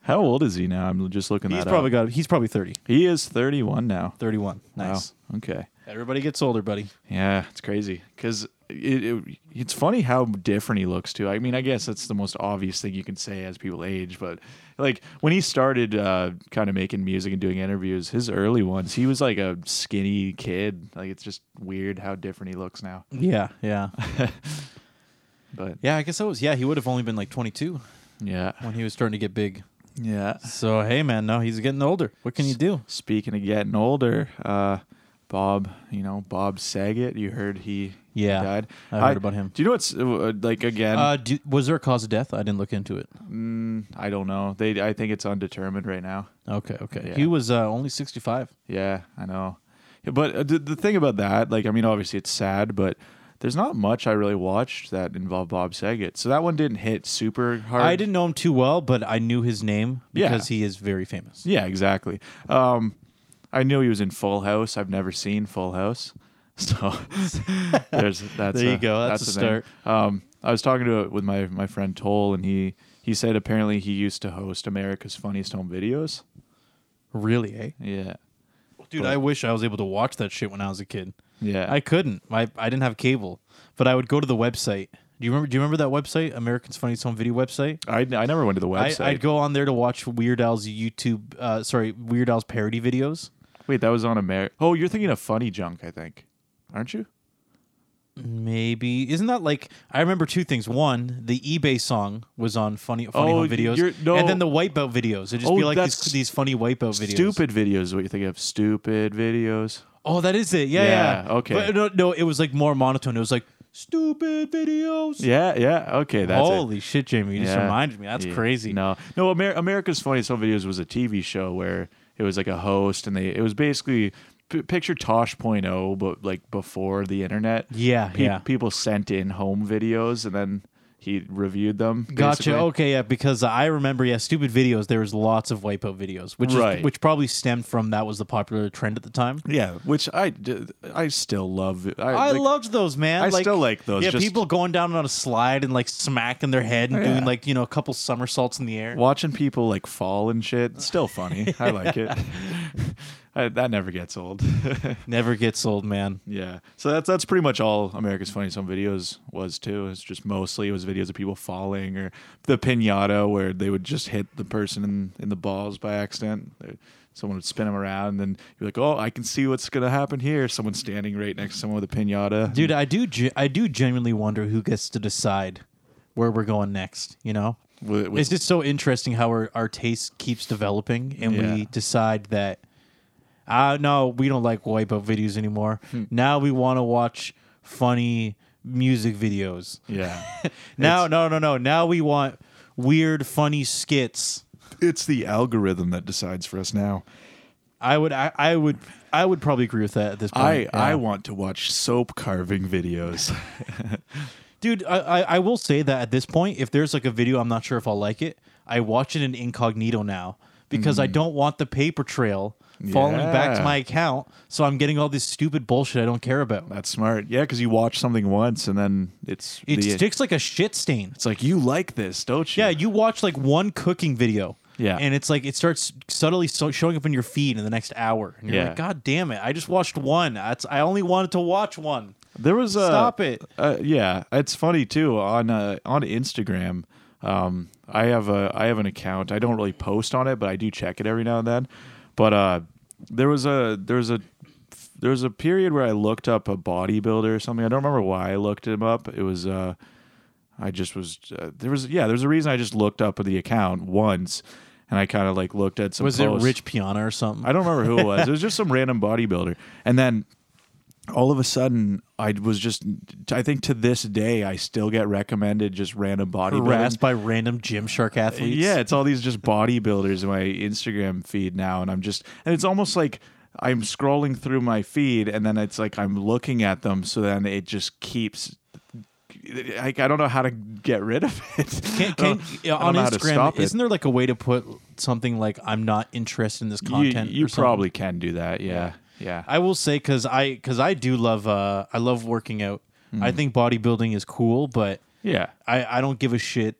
how old is he now? I'm just looking
uh, He's
that
probably
up.
got he's probably 30,
He is 31 now.
31. Nice.
Wow. Okay.
Everybody gets older, buddy.
Yeah, it's crazy because it, it it's funny how different he looks too. I mean, I guess that's the most obvious thing you can say as people age, but like when he started uh, kind of making music and doing interviews, his early ones, he was like a skinny kid. Like it's just weird how different he looks now.
Yeah, yeah.
But
Yeah, I guess that was. Yeah, he would have only been like 22
yeah,
when he was starting to get big.
yeah.
So hey, man, no, he's getting older. What can you do?
Speaking of getting older, uh, Bob, you know Bob Saget. You heard he he
Yeah,
died.
I heard about him.
Do you know what's uh, like again?
Uh, do, was there a cause of death? I didn't look into it.
I don't know. They I think it's undetermined right now.
Okay, okay.
Yeah.
He was uh, only 65.
Yeah, I know. Yeah, But uh, the, the thing about that, like, I mean, obviously it's sad, but there's not much I really watched that involved Bob Saget. So that one didn't hit super hard.
I didn't know him too well, but I knew his name
Yeah.
because he is very famous.
Yeah, exactly. Um, I knew he was in Full House. I've never seen Full House, <laughs> so there's
<laughs>
that's
There you
a-
go. That's a
thing. Um, I was talking to with my my friend Toll, and he he said apparently he used to host America's Funniest Home Videos.
Really, eh?
Yeah,
Dude, I wish I was able to watch that shit when I was a kid.
yeah.
I couldn't. I, I didn't have cable, but I would go to the website. Do you remember? Do you remember that website, Americans Funniest Home Video website?
I, I never went to the
I,
website.
I'd go on there to watch Weird Al's YouTube, uh, sorry, Weird Al's parody videos.
Wait, that was on America. Oh, you're thinking of Funny Junk, I think, aren't you?
Maybe isn't that like I remember two things. One, the eBay song was on funny funny
Oh,
home videos,
you're- no.
and then the wipeout videos. It'd just
Oh,
be like these,
that's
these funny wipeout videos.
Stupid videos is what you're thinking of. Stupid videos.
Oh, that is it. Yeah, yeah.
Yeah, okay.
But no, no, it was like more monotone. It was like stupid videos.
Yeah, yeah. Okay, that's it.
Holy shit, Jamie! You just
Yeah.
reminded me. That's
Yeah.
crazy.
No, no. Amer- America's Funniest Home Videos was a TV show where it was like a host, and they it was basically p- picture Tosh.0, but like before the internet.
Yeah, yeah.
People sent in home videos, and then he reviewed them.
Gotcha.
basically.
Okay, yeah, because I remember, yeah, stupid videos. There was lots of wipeout videos, which
Right.
is, which probably stemmed from that was the popular trend at the time.
Yeah, which I d- I still love. I,
I
like,
loved those, man.
I still like those,
Yeah,
just-
people going down on a slide and like smacking their head and
Yeah.
doing like you know a couple somersaults in the air.
watching people like fall and shit. It's still funny. I like
<laughs>
it. <laughs> I, that never gets old. <laughs>
Never gets old, man.
yeah. So that's that's pretty much all America's Funniest Home Videos was too. It's just mostly it was videos of people falling or the pinata where they would just hit the person in, in the balls by accident. They- Someone would spin them around and then you're like, oh, I can see what's gonna happen here. Someone standing right next to someone with a pinata.
Dude, I do ge- I do genuinely wonder who gets to decide where we're going next. You know,
With- with-
it's just so interesting how our, our taste keeps developing and
Yeah.
we decide that uh no we don't like wipeout videos anymore
Hmm.
now we want to watch funny music videos
yeah.
now no no no now we want weird funny skits
<laughs> it's the algorithm that decides for us now.
i would i, I would i would probably agree with that at this point
I,
yeah.
I want to watch soap carving videos.
dude I, I i will say that at this point if there's like a video i'm not sure if i'll like it i watch it in incognito now because i don't want the paper trail falling back to
Mm. Yeah.
my account so i'm getting all this stupid bullshit i don't care about
That's smart. Yeah, because you watch something once and then it's
it
the-
sticks like a shit stain
it's like you like this, don't you?
yeah you watch like one cooking video
Yeah.
and it's like it starts subtly so- showing up in your feed in the next hour and you're
Yeah.
like god damn it i just watched one That's, i only wanted to watch one
There was a
Stop it.
Uh, yeah, it's funny too on uh, on Instagram. Um, I have a I have an account. I don't really post on it, but I do check it every now and then. But uh, there was a there was a there was a period where I looked up a bodybuilder or something. I don't remember why I looked him up. It was uh, I just was uh, there was yeah there's a reason I just looked up the account once, and I kind of like looked at some
was
posts.
it rich piana or something
I don't remember who it was. It was just some random bodybuilder. And then all of a sudden, I was just, I think to this day, I still get recommended just random bodybuilders.
harassed by random gymshark athletes
Yeah, it's all these just bodybuilders in my Instagram feed now. And I'm just, and it's almost like, I'm scrolling through my feed and then it's like I'm looking at them. So then it just keeps, like, I don't know how to get rid of it. <laughs>
Can,
I don't-
can,
Oh, I don't
on
know how to
Instagram,
stop it.
isn't there like a way to put something like "I'm not interested in this
You-
content"?
You,
or something?
probably can do that. Yeah. Yeah.
I will say because I because I do love uh I love working out.
Hmm.
I think bodybuilding is cool, but
yeah.
I I don't give a shit.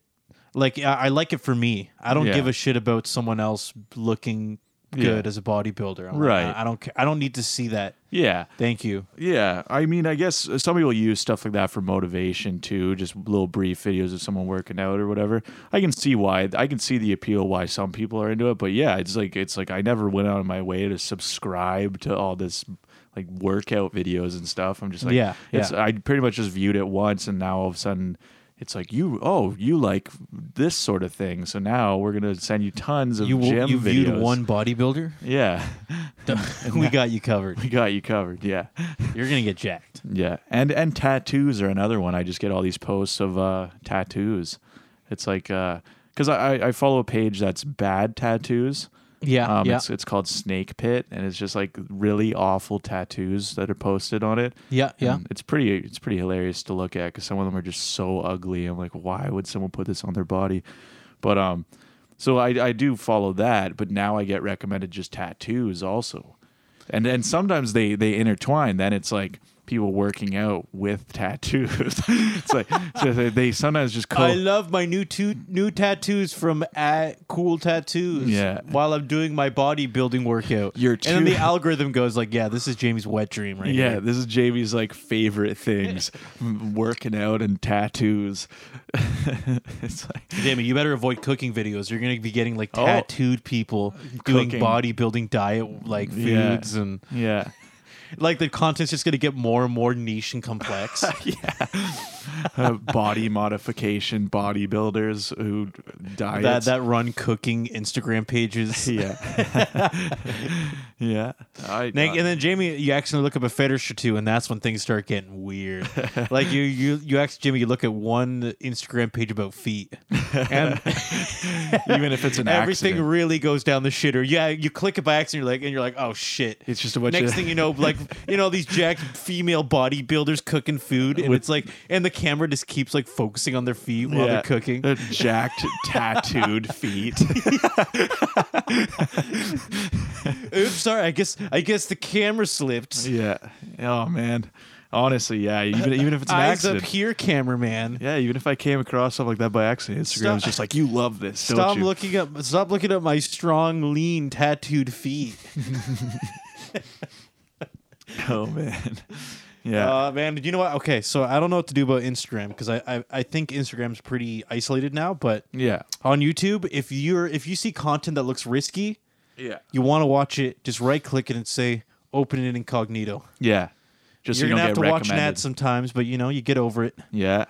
Like I, I like it for me. I don't
Yeah.
give a shit about someone else looking good
Yeah.
as a bodybuilder. I'm like,
Right.
I, I don't care. I don't need to see that.
Yeah.
Thank you.
Yeah, I mean, I guess uh, some people use stuff like that for motivation too, just little brief videos of someone working out or whatever. I can see why, I can see the appeal why some people are into it, but yeah, it's like it's like I never went out of my way to subscribe to all this like workout videos and stuff. I'm just like,
Yeah,
it's
yeah.
I pretty much just viewed it once, and now all of a sudden. It's like you, oh, you like this sort of thing, so now we're gonna send you tons of
You
gym
you viewed
videos.
one bodybuilder.
<laughs>
<laughs>
yeah, <laughs>
we got you covered.
we got you covered. Yeah,
You're gonna get jacked.
Yeah, and and tattoos are another one. I just get all these posts of uh, tattoos. It's like because I I I follow a page that's bad tattoos.
Yeah,
Um,
yeah.
It's it's called Snake Pit, and it's just like really awful tattoos that are posted on it.
Yeah, yeah.
And it's pretty it's pretty hilarious to look at because some of them are just so ugly. I'm like, why would someone put this on their body? But um, so I I do follow that, but now I get recommended just tattoos also, and and sometimes they they intertwine. Then it's like people working out with <laughs> tattoos. it's like so they, they sometimes just co-
I love my new two new tattoos from at Cool Tattoos.
Yeah.
While I'm doing my bodybuilding workout,
Your
and then
two-
the algorithm goes like, "Yeah, this is Jamie's wet dream right
Yeah,
here."
this is Jamie's like favorite things, m- working out and tattoos. <laughs> it's like
Jamie, you better avoid cooking videos. You're gonna be getting like
Oh.
tattooed people doing
Cooking.
bodybuilding diet like
Yeah.
foods and
yeah.
like the content's just gonna get more and more niche
<laughs>
and complex.
Uh, <laughs> body modification bodybuilders who diet
that that run cooking Instagram
<laughs>
pages.
yeah.
<laughs>
yeah. I,
Nick, and then Jamie, you accidentally look up a fetish or two, and that's when things start
<laughs>
getting weird. like you, you, you ask Jimmy, you look at one Instagram page about
<laughs>
feet, and
even if it's an
uh, <laughs> everything
accident,
really goes down the shitter. Yeah, you click it by accident, you're like, and you're like, oh shit.
it's just a bunch
Next
of
thing you know, like you know, these jacked female bodybuilders cooking food, and it's like, and the camera just keeps like focusing on their feet
Yeah.
while
<laughs>
they're cooking.
They're jacked,
<laughs>
tattooed feet.
Oops, sorry. I guess I guess the camera slipped.
yeah. Oh man. Honestly, yeah. Even even if it's an
Eyes
accident.
up here, cameraman.
yeah, even if I came across something like that by accident, Instagram's
Stop-
just like you love this.
Stop
don't you?
looking up. Stop looking at my strong, lean, tattooed feet.
<laughs> Oh man. Yeah.
Uh, man, you know what? Okay, so I don't know what to do about Instagram because I, I I think Instagram's pretty isolated now. But
yeah.
on YouTube, if you're if you see content that looks risky,
Yeah.
you want to watch it. Just right click it and say open it in incognito.
Yeah. Just so
you're
you
gonna
don't
have
get
to watch an
recommended.
ad sometimes, but you know you get over it.
Yeah.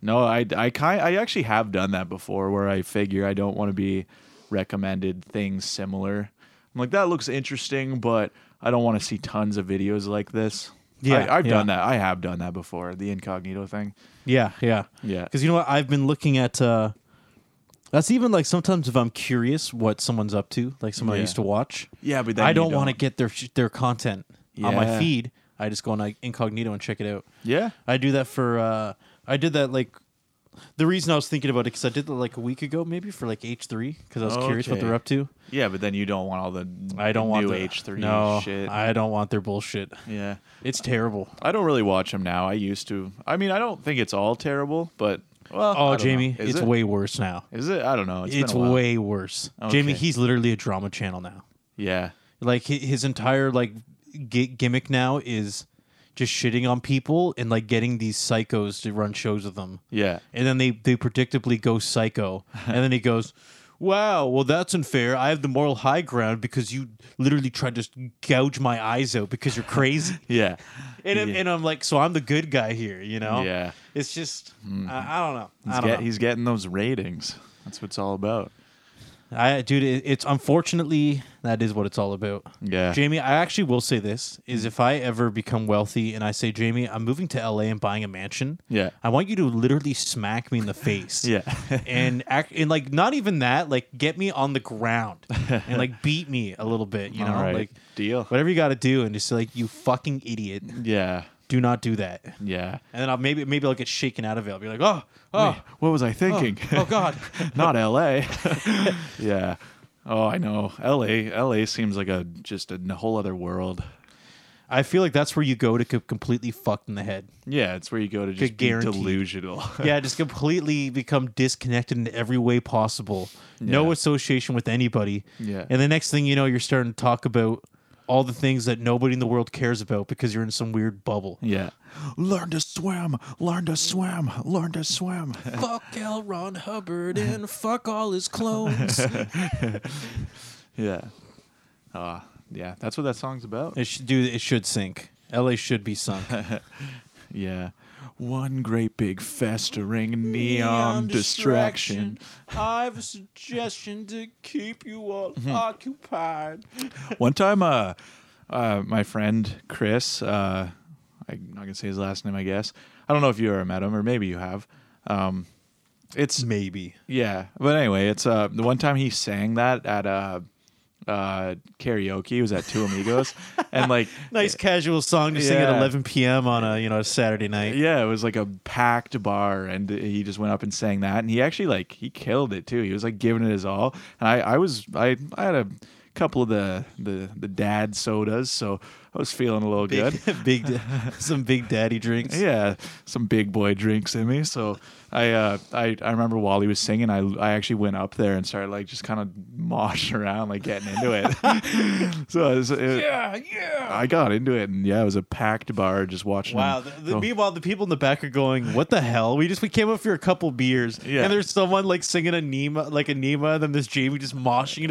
No, I I kind I actually have done that before where I figure I don't want to be recommended things similar. I'm like that looks interesting, but I don't want to see tons of videos like this.
Yeah,
I, I've
yeah.
done that. I have done that before. The incognito thing.
Yeah, yeah,
Yeah.
Because you know what? I've been looking at. uh That's even like sometimes if I'm curious what someone's up to, like someone I
Yeah.
used to watch.
Yeah, but then
I
you
don't want to get their sh- their content on my
Yeah.
feed. I just go on like, incognito and check it out.
Yeah.
I do that for. uh I did that like. The reason I was thinking about it because I did that like a week ago, maybe for like H three, because I was curious what
Okay.
they're up to.
Yeah, but then you don't want all the
I don't
new
want the-
H three
no,
shit.
I don't want their bullshit.
yeah.
It's terrible.
I don't really watch them now. I used to. I mean, I don't think it's all terrible, but well, <laughs> I
Oh,
don't know.
Jamie,
Is
it's
it?
way worse now.
Is it? I don't know. It's,
It's,
been a while.
way worse. Jamie,
Okay.
he's literally a drama channel now.
Yeah.
Like hi- his entire like gi- gimmick now is just shitting on people and like getting these psychos to run shows with them.
Yeah.
And then they they predictably go psycho. and then
<laughs>
he goes, "Wow, well that's unfair. I have the moral high ground because you literally tried to s- gouge my eyes out because you're
<laughs>
crazy."
Yeah.
and, I'm,
Yeah.
and I'm like, "So I'm the good guy here, you know?"
Yeah. Mm.
It's just I, I don't know. I
He's,
don't
get,
know.
he's getting those ratings. That's what it's all about.
I, dude, it, it's unfortunately that is what it's all about.
Yeah.
Jamie, I actually will say this: is if I ever become wealthy and I say, Jamie, I'm moving to LA and buying a mansion,
Yeah.
I want you to literally smack me in the face,
Yeah.
<laughs> and act and like not even that, like get me on the ground
<laughs>
and like beat me a little bit, you know,
All right.
like
Deal.
whatever you got to do, and just like you fucking idiot,
Yeah.
do not do that, and
Yeah.
then I'll maybe maybe I'll get shaken out of it. I'll be like, oh, oh,
Wait, what was I
oh,
thinking?
oh
<laughs>
God,
Not <laughs> LA. yeah. Oh, I know. LA LA seems like a just a n- whole other world.
I feel like that's where you go to get completely fucked in the head.
Yeah, it's where you go to just be
guaranteed.
<laughs> delusional.
yeah, just completely become disconnected in every way possible. No
Yeah.
association with anybody.
Yeah.
And the next thing you know, you're starting to talk about all the things that nobody in the world cares about because you're in some weird bubble.
yeah. Learn to swim. Learn to swim. Learn to swim.
fuck L. Ron Hubbard and fuck all his clones.
<laughs> yeah. Uh, yeah, that's what that song's about.
it should do. It should sink. LA should
<laughs>
be sunk.
Yeah. One great big festering <laughs> neon, distraction.
I have a suggestion to keep you all
Mm-hmm.
occupied.
One time, uh, uh, my friend Chris, uh, I'm not gonna say his last name, I guess. I don't know if you ever met him, or maybe you have. Um, it's
Maybe.
yeah, but anyway, it's uh, the one time he sang that at uh, uh, karaoke. It was at Two Amigos, and like
Nice casual song to sing at
Yeah.
11 p.m. on a you know a Saturday night.
Yeah, it was like a packed bar, and he just went up and sang that, and he actually like he killed it too. He was like giving it his all, and I I was I I had a couple of the the the dad sodas, so I was feeling a little good.
<laughs> big some big daddy drinks.
Yeah, some big boy drinks in me. So I uh I I remember while he was singing, I I actually went up there and started like just kind of moshing <laughs> around, like getting into
<laughs>
it. so it was, it-
yeah, yeah.
I got into it, and yeah, it was a packed bar, just watching.
Wow. The,
him
the,
go- <laughs>
Meanwhile, the people in the back are going, "What the hell? We just we came up for a couple beers,
Yeah.
and there's someone like singing a Nema, like a Nema, and then there's Jamie just moshing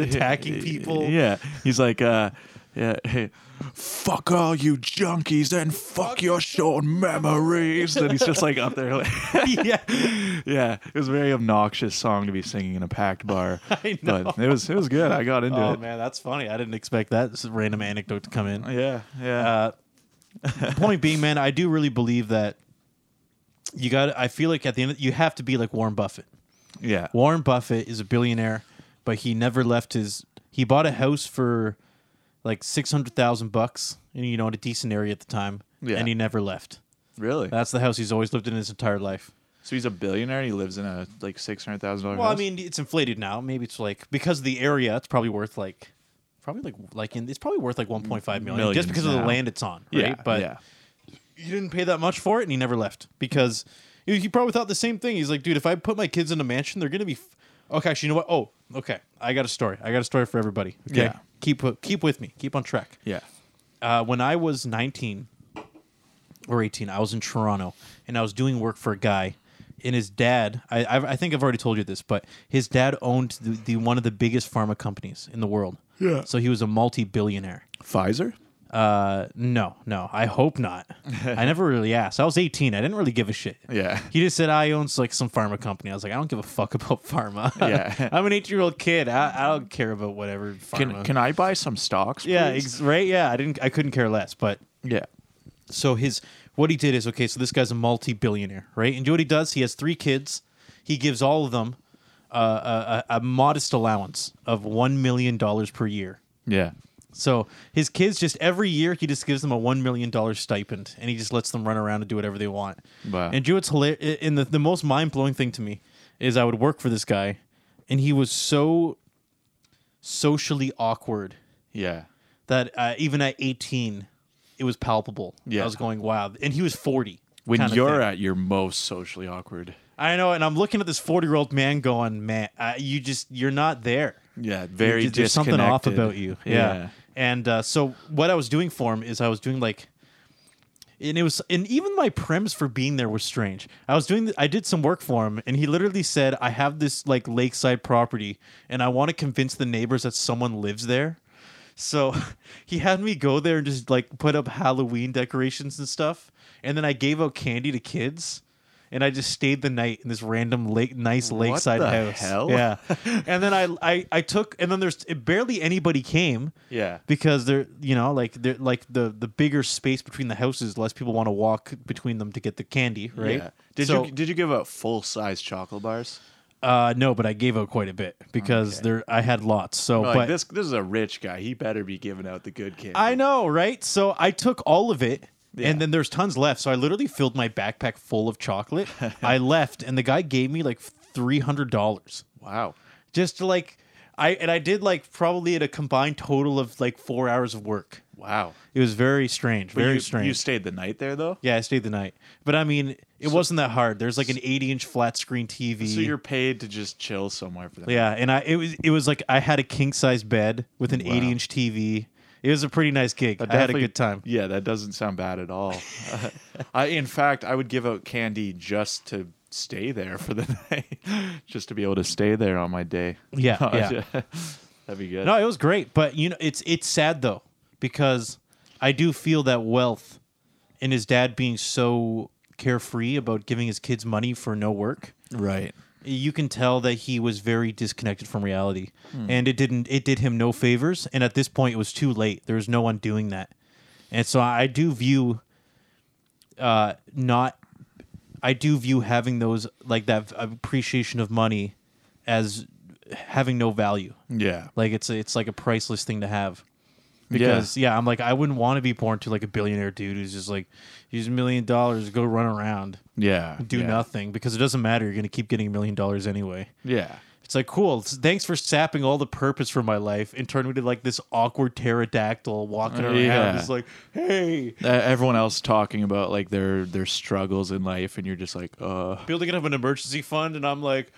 <laughs>
and attacking people.
Yeah. He's like, uh, yeah, hey, fuck all you junkies and fuck your short memories. And he's just like up there. Like, <laughs>
<laughs> yeah.
yeah, it was a very obnoxious song to be singing in a packed bar.
<laughs> I know.
But it was, it was good. I got into
Oh
it.
man, that's funny. I didn't expect that this is a random anecdote to come in.
Yeah. Yeah.
Uh, point being, man, I do really believe that you got. I feel like at the end, you have to be like Warren Buffett.
yeah.
Warren Buffett is a billionaire, but he never left his. He bought a house for like six hundred thousand bucks, and you know, in a decent area at the time,
Yeah.
and he never left.
Really?
That's the house he's always lived in his entire life.
So he's a billionaire. and He lives in a like six hundred thousand dollars.
Well, I mean, it's inflated now. Maybe it's like because of the area, it's probably worth like probably like like in it's probably worth like 1.5 million
Millions
just because of the
now.
land it's on, right?
yeah,
but
yeah.
he didn't pay that much for it and he never left because he he probably thought the same thing. He's like, dude, if I put my kids in a mansion, they're gonna be. F- okay, actually, you know what? Oh, okay, I got a story. I got a story for everybody. Okay,
Yeah.
keep keep with me. Keep on track.
yeah,
Uh, when I was 19 or 18, I was in Toronto and I was doing work for a guy. And his dad, I, I've- I think I've already told you this, but his dad owned the, the one of the biggest pharma companies in the world.
Yeah.
So he was a multi billionaire.
Pfizer.
Uh, no, no, I
<laughs>
hope not. I never really asked. I was 18. I didn't really give a shit.
Yeah.
He just said, I owns like some pharma company. I was like, I don't give a fuck about pharma.
<laughs> Yeah.
<laughs> I'm an 18 year old kid. I, I don't care about whatever pharma.
Can can I buy some stocks?
yeah,
please?
ex- right. Yeah. I didn't, I couldn't care less, but
yeah.
so his what he did is okay. So this guy's a multi-billionaire, right? And do you know what he does? He has three kids. He gives all of them uh, a, a, a modest allowance of one million dollars per year.
Yeah.
So his kids just every year he just gives them a one million dollar stipend, and he just lets them run around and do whatever they want.
Wow.
And do you know what's hilarious? And the the most mind blowing thing to me is I would work for this guy, and he was so socially awkward
Yeah.
that uh, even at 18, it was palpable.
Yeah.
I was going, wow. And he was 40.
When
kinda
you're
thing.
at your most socially awkward.
I know, and I'm looking at this 40 year old man going, man, uh, you just, you're not there.
Yeah. Very
There's- There's something off
disconnected.
about you. Yeah. And uh, so what I was doing for him is I was doing like, and it was, and even my premise for being there was strange. I was doing, th- I did some work for him, and he literally said, "I have this like lakeside property, and I want to convince the neighbors that someone lives there." So <laughs> he had me go there and just like put up Halloween decorations and stuff, and then I gave out candy to kids. And I just stayed the night in this random lake, nice lakeside
the
house.
hell?
Yeah, <laughs> and then I, I, I took, and then there's barely anybody came
Yeah.
because they're you know like they're like the the bigger space between the houses less people want to walk between them to get the candy right
Yeah. Did
So,
you did you give out full size chocolate bars?
uh no but i gave out quite a bit because there i had lots so
Like
but
this this is a rich guy. He better be giving out the good candy.
i know right so i took all of it
Yeah.
and then there's tons left so i literally filled my backpack full
<laughs>
of chocolate i left and the guy gave me like $300
Wow.
just to like i and i did like probably at a combined total of like four hours of work
Wow.
it was very strange
But
very
you,
strange
You stayed the night there though.
Yeah, I stayed the night. But I mean, it wasn't that hard. There's like an 80 inch flat screen TV.
So you're paid to just chill somewhere for that.
yeah, and I it was it was like I had a king size bed with an 80 inch TV. It was a pretty nice gig. I had a
Definitely-
good time.
Yeah, that doesn't sound bad at all. Uh, <laughs> I, in fact, I would give out candy just to stay there for the <laughs> night, just to be able to stay there on my day.
Yeah,
<laughs>
yeah.
that'd be good.
No, it was great. But you know, it's it's sad though because I do feel that wealth and his dad being so carefree about giving his kids money for no work.
right.
you can tell that he was very disconnected from reality
Hmm.
and it didn't it did him no favors and at this point it was too late there was no one doing that and so i do view uh not i do view having those like that appreciation of money as having no value
Yeah.
like it's it's like a priceless thing to have
Yeah.
because yeah, i'm like i wouldn't want to be born to like a billionaire dude who's just like here's a million dollars go run around
Yeah.
do
yeah.
nothing because it doesn't matter you're going to keep getting a million dollars anyway
Yeah.
it's like, cool. Thanks for sapping all the purpose from my life and turning me to like this awkward pterodactyl walking around.
Yeah.
It's like, hey,
Uh, everyone else talking about like their their struggles in life, and you're just like, uh,
building up an emergency fund, and I'm like,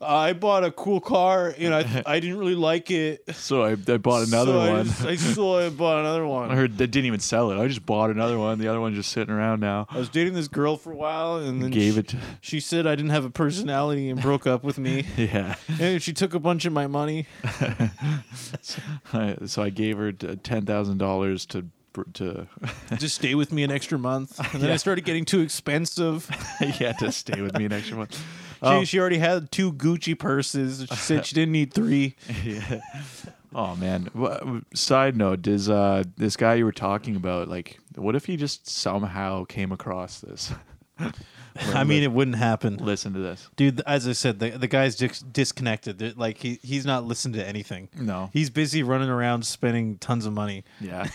I bought a cool car and
<laughs>
I I didn't really like it.
so I, I bought another
So I,
one.
just, I saw I bought another
<laughs> I <laughs>
one.
heard they didn't even sell it. I just bought another one. The other one's just sitting around now.
I was dating this girl for a while, and then
Gave
she,
it. To, <laughs>
she said I didn't have a personality and broke up with me.
yeah.
and she took a bunch of my money.
I- so I gave her t- ten thousand dollars to to
Just stay with me an extra month, and then I
Yeah.
started getting too expensive.
<laughs> yeah to stay with me an extra month.
She,
Oh.
she already had two Gucci purses. She said she didn't need three.
yeah. Oh man. Wha- Side note: Does uh, this <laughs> guy you were talking about like? What if he just somehow came across this?
I mean, it wouldn't happen.
Listen to this.
Dude, as I said, the, the guy's dis- disconnected. They're- Like he he's not listened to anything.
No.
he's busy running around spending tons of money.
<laughs> Yeah.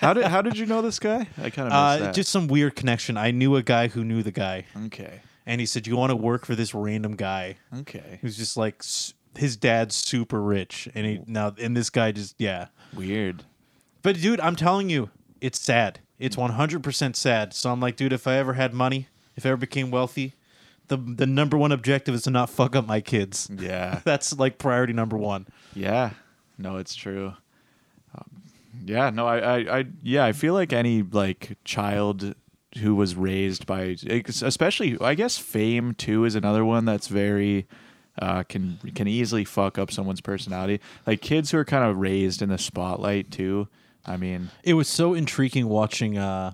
how did how did you know this guy? I kind of missed
Uh,
that.
just some weird connection. I knew a guy who knew the guy,
okay.
and he said, "You want to work for this random guy
Okay.
who's just like s- his dad's super rich?" And he now and this guy just yeah.
Weird.
But dude, I'm telling you, it's sad. It's 100% sad. So I'm like, dude, if I ever had money, if I ever became wealthy, the the number one objective is to not fuck up my kids.
Yeah.
<laughs> That's like priority number one.
Yeah, no, it's true. Um, yeah, no, I, I, I, yeah, I feel like any like child who was raised by, especially, I guess, fame too is another one that's very uh, can can easily fuck up someone's personality. Like kids who are kind of raised in the spotlight too. I mean,
It was so intriguing watching. Uh,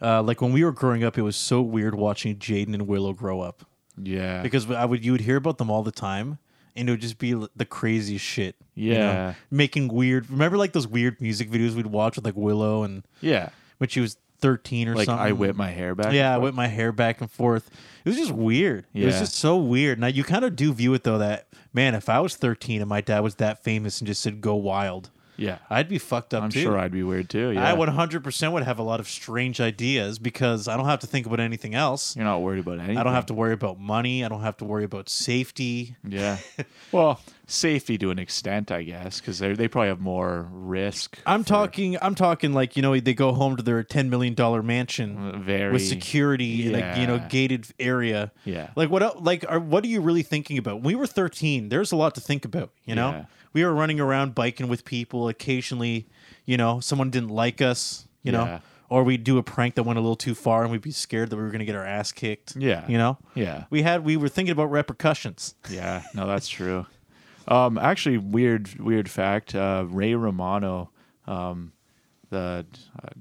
uh, like when we were growing up, it was so weird watching Jaden and Willow grow up
yeah,
because I would you would hear about them all the time, and it would just be l- the craziest shit. you know?
Yeah.
making weird. Remember like those weird music videos we'd watch with like Willow and
yeah,
when she was thirteen or
like
something.
I whip my hair back.
Yeah, I whip my hair back and forth. It was just weird. It was
Yeah.
just so weird. Now you kind of do view it though that man, if I was 13 and my dad was that famous and just said go wild,
yeah.
I'd be fucked up
I'm
too.
sure I'd be weird too. Yeah,
I 100% would have a lot of strange ideas because I don't have to think about anything else.
You're not worried about anything.
I don't have to worry about money. I don't have to worry about safety. <laughs>
Yeah. well, safety to an extent, I guess, because they they probably have more risk.
I'm
for
talking. I'm talking like you know they go home to their 10 million dollar mansion.
Uh, very
with security like you know
Yeah.
gated area
Yeah.
like what el- like are, what are you really thinking about When we were 13 there's a lot to think about you know
Yeah.
we were running around biking with people occasionally you know someone didn't like us you
Yeah.
know or we'd do a prank that went a little too far and we'd be scared that we were going to get our ass kicked
Yeah.
you know
Yeah.
we had we were thinking about repercussions
Yeah. No, that's true. Um, actually, weird weird fact. Uh, Ray Romano. Um, the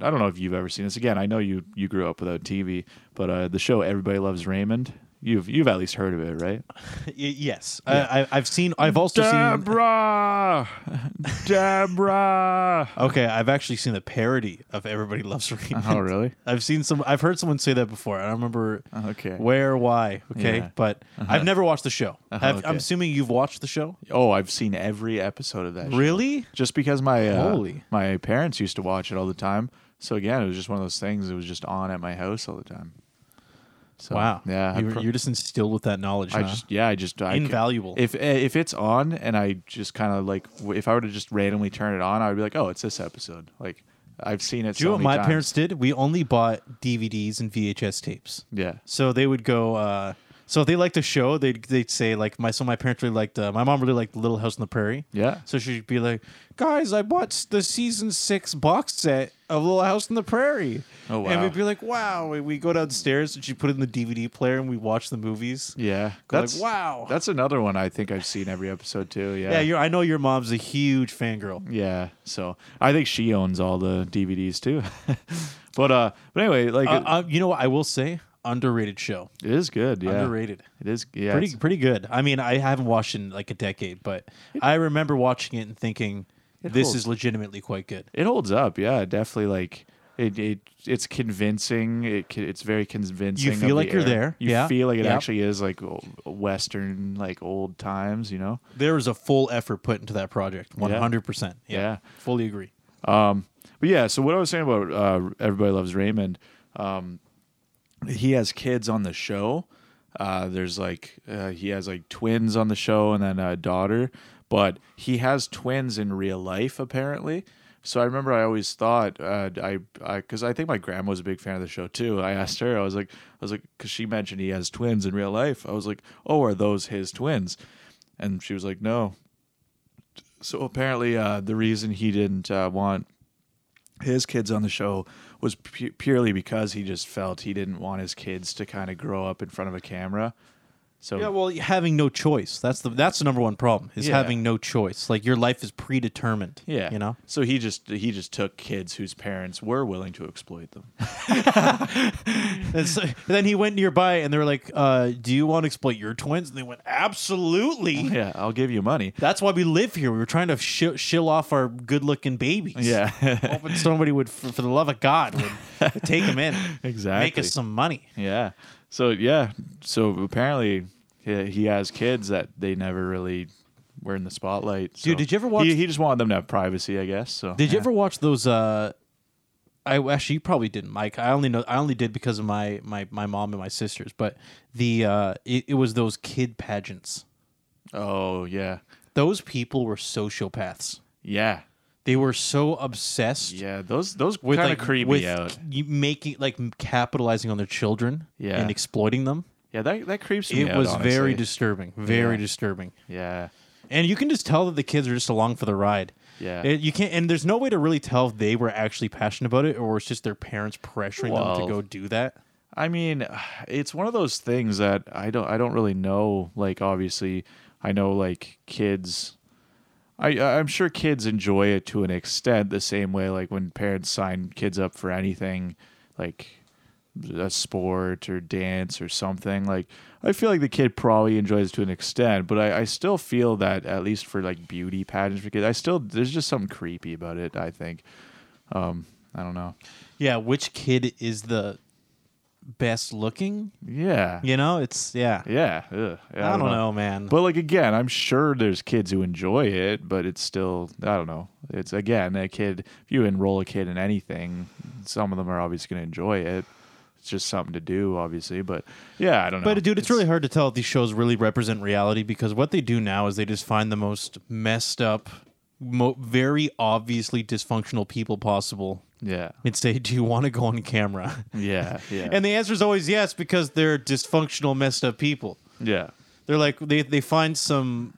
I don't know if you've ever seen this. Again, I know you you grew up without TV, but uh, the show Everybody Loves Raymond. You've you've at least heard of it, right?
Y- yes I, I, i've seen i've also seen
Deborah, <laughs> Deborah.
okay i've actually seen the parody of everybody loves raymond
oh, really?
<laughs> I've seen some. I've heard someone say that before. I don't remember.
Okay.
Where, why? Okay.
Yeah. Uh-huh.
But I've never watched the show. I've,
okay.
I'm assuming you've watched the show.
Oh, I've seen every episode of that. show.
Really?
just because my uh,
Holy.
my parents used to watch it all the time. So again, it was just one of those things. It was just on at my house all the time. So,
Wow.
Yeah, I
You were,
pro-
you're just instilled with that knowledge.
I
huh?
just yeah, I just I c-
Invaluable.
If eh, if it's on and I just kind of like w- if I were to just randomly turn it on, I'd be like, oh, it's this episode. Like I've seen it.
Do
so
you know what
many
my
times.
parents did? We only bought DVDs and VHS tapes.
Yeah.
So they would go. Uh, so if they liked a show, they'd they'd say like my so my parents really liked uh, my mom really liked Little House on the Prairie.
Yeah.
So she'd be like, "Guys, I bought the season six box set of Little House on the Prairie."
Oh,
And
wow.
we'd be like, "Wow!" And we go downstairs and she put it in the DVD player and we watch the movies.
Yeah.
Go
That's
like, wow.
That's another one I think I've seen every episode too. Yeah.
yeah, you're, I know your mom's a huge fangirl.
yeah. So I think she owns all the DVDs too. <laughs> but uh, but anyway, like
Uh, uh, you know what I will say? Underrated show.
it is good. Yeah.
Underrated.
It is yeah.
pretty
it's-
pretty good. I mean, I haven't watched in like a decade, but I remember watching it and thinking
It
this
holds-
is legitimately quite good.
it holds up. Yeah, definitely. Like it, it it's convincing. It c- it's very convincing. of
feel
the
like you're
era.
there.
You
Yeah.
feel like it
Yeah.
actually is like o- Western, like old times. You know.
There was a full effort put into that project. One hundred percent.
Yeah.
Yeah, fully agree.
But yeah, so what I was saying about uh, everybody loves Raymond, um, he has kids on the show. Uh, there's like uh, he has like twins on the show and then a daughter, but he has twins in real life apparently. So I remember I always thought uh, I because I, think my grandma was a big fan of the show too. I asked her, I was like, I was like, because she mentioned he has twins in real life. I was like, oh, are those his twins? And she was like, no. So apparently, uh, the reason he didn't uh, want his kids on the show was pu- purely because he just felt he didn't want his kids to kind of grow up in front of a camera. So
Yeah, well, having no choice. That's the that's the number one problem is
Yeah.
having no choice. Like your life is predetermined.
yeah,
you know.
So he just he just took kids whose parents were willing to exploit
<laughs>
them.
And so, <laughs> then he went nearby, and they were like, uh, "Do you want to exploit your twins?" And they went,
<laughs>
"Absolutely."
yeah, I'll give you money.
That's why we live here. We were trying to sh- shill off our good-looking babies. <laughs>
Yeah,
hoping somebody would, for, for the love of God,
<laughs>
would, would take them in, make
Exactly.
us some money.
yeah. So yeah, so apparently he, he has kids that they never really were in the spotlight. so-
Dude, did you ever watch-
He, he just wanted them to have privacy, I guess. So
Did you ever watch those? Uh, I actually you probably didn't, Mike. I only know I only did because of my my, my mom and my sisters. But the uh, it, it was those kid pageants.
Oh yeah,
Those people were sociopaths.
yeah,
They were so obsessed
yeah. Those those
with
kind of
like
creep
with
me out.
you making like m- capitalizing on their children
Yeah.
and exploiting them.
Yeah, that that creeps me
It
out.
was very
honestly.
disturbing. Very
Yeah.
disturbing.
yeah.
And you can just tell that the kids are just along for the ride.
Yeah.
It- you can't, and there's no way to really tell if they were actually passionate about it or it's just their parents pressuring them
Well-
to go do that.
I mean, it's one of those things that I don't I don't really know. Like obviously, I know like kids I I- I'm sure kids enjoy it to an extent the same way like when parents sign kids up for anything like a sport or dance or something like I feel like the kid probably enjoys it to an extent but I, I still feel that at least for like beauty pageants for kids I still there's just something creepy about it I think um I don't know
Yeah, which kid is the best looking?
yeah
You know, it's yeah.
yeah, ugh, yeah
I, don't know, man.
But like again, I'm sure there's kids who enjoy it, but it's still I don't know. It's again a kid. If you enroll a kid in anything, some of them are obviously going to enjoy it. It's just something to do, obviously. But yeah, I don't know.
But dude, it's, really hard to tell if these shows really represent reality because what they do now is they just find the most messed up, mo- very obviously dysfunctional people possible
yeah,
and say, "Do you want to go on camera?" <laughs>
yeah, yeah,
And the answer is always yes because they're dysfunctional, messed up people.
yeah.
They're like they they find some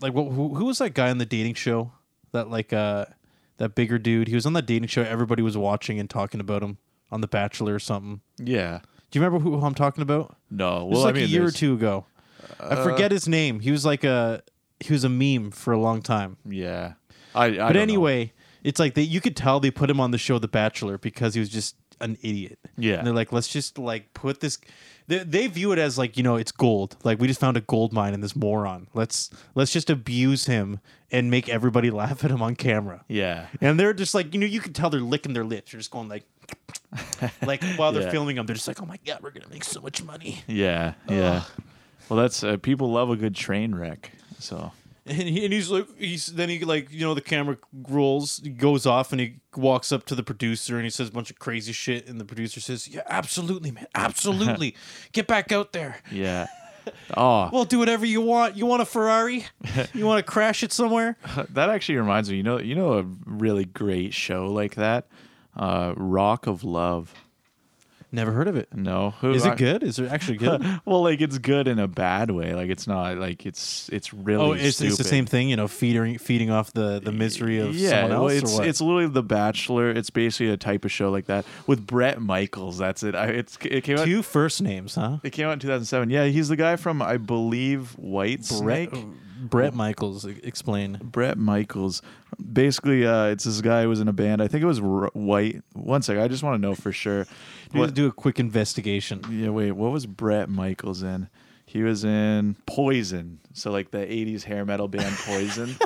like what who, who was that guy on the dating show that like uh that bigger dude he was on that dating show everybody was watching and talking about him on The Bachelor or something.
Yeah.
Do you remember who, who I'm talking about?
No.
It was
Well,
like
I mean,
a year or
there's- Uh,
two ago. I forget his name. He was like a he was a meme for a long time.
Yeah. I. I don't
But
know.
anyway, it's like they you could tell they put him on the show The Bachelor because he was just an idiot.
Yeah.
And they're like, let's just like put this they, they view it as like, you know, it's gold. Like we just found a gold mine in this moron. Let's let's just abuse him and make everybody <laughs> laugh at him on camera.
Yeah.
And they're just like, you know, you can tell they're licking their lips. They're just going like <laughs> like while they're
Yeah.
filming him, they're just like, Oh my god, we're gonna make so much money. <laughs>
Yeah. Yeah. Well, that's uh, people love a good train wreck. So
And, he, and he's like, he's then he like, you know, the camera rolls, goes off, and he walks up to the producer and he says a bunch of crazy shit. And the producer says, "Yeah, absolutely, man,
<laughs>
absolutely, get back out there. <laughs>
yeah. Oh,
We'll do whatever you want. You want a Ferrari? You want to crash
<laughs>
it somewhere?
That actually reminds me. You know, you know a really great show like that, uh, Rock of Love.
Never heard of it.
No, Who-
Is
I-
it good? Is it actually good?
<laughs> Well, like it's good in a bad way. Like it's not like it's it's really.
oh, it's, it's the
stupid.
same thing, you know, feeding feeding off the the misery of
Yeah,
someone else.
well, it's
or what?
it's literally The Bachelor. It's basically a type of show like that with Brett Michaels. That's it. I, it's it came out.
two first names, huh?
It came out in 2007. Yeah, he's the guy from I believe White Snake.
Brett, Oh.
oh.
Brett Michaels, e- explain.
Brett Michaels. Basically, uh, it's this guy who was in a band. I think it was R- White. One second, I just want to know for sure.
Do,
What-
do a quick investigation.
Yeah, wait. What was Brett Michaels in? He was in Poison, so like the '80s hair metal band
<laughs>
Poison.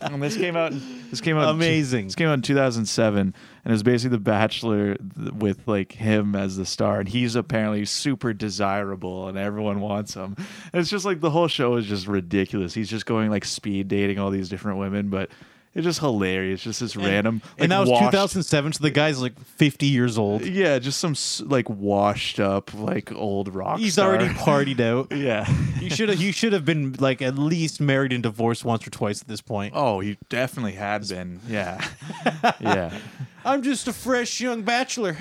and this came out. This came out in two-
Amazing.
this came out in 2007, and it was basically The Bachelor th- with like him as the star, and he's apparently super desirable, and everyone wants him. And it's just like the whole show is just ridiculous. He's just going like speed dating all these different women, but. It's just hilarious. Just this random. Like,
<laughs> and that was
washed
2007, so the guy's like 50 years old.
yeah, just some s- like washed up like old rock.
He's
star.
already <laughs> partied out.
yeah.
You should have you should have been like at least married and divorced once or twice at this point.
Oh, he definitely had been.
<laughs>
Yeah. yeah.
I'm just a fresh
<laughs>
young bachelor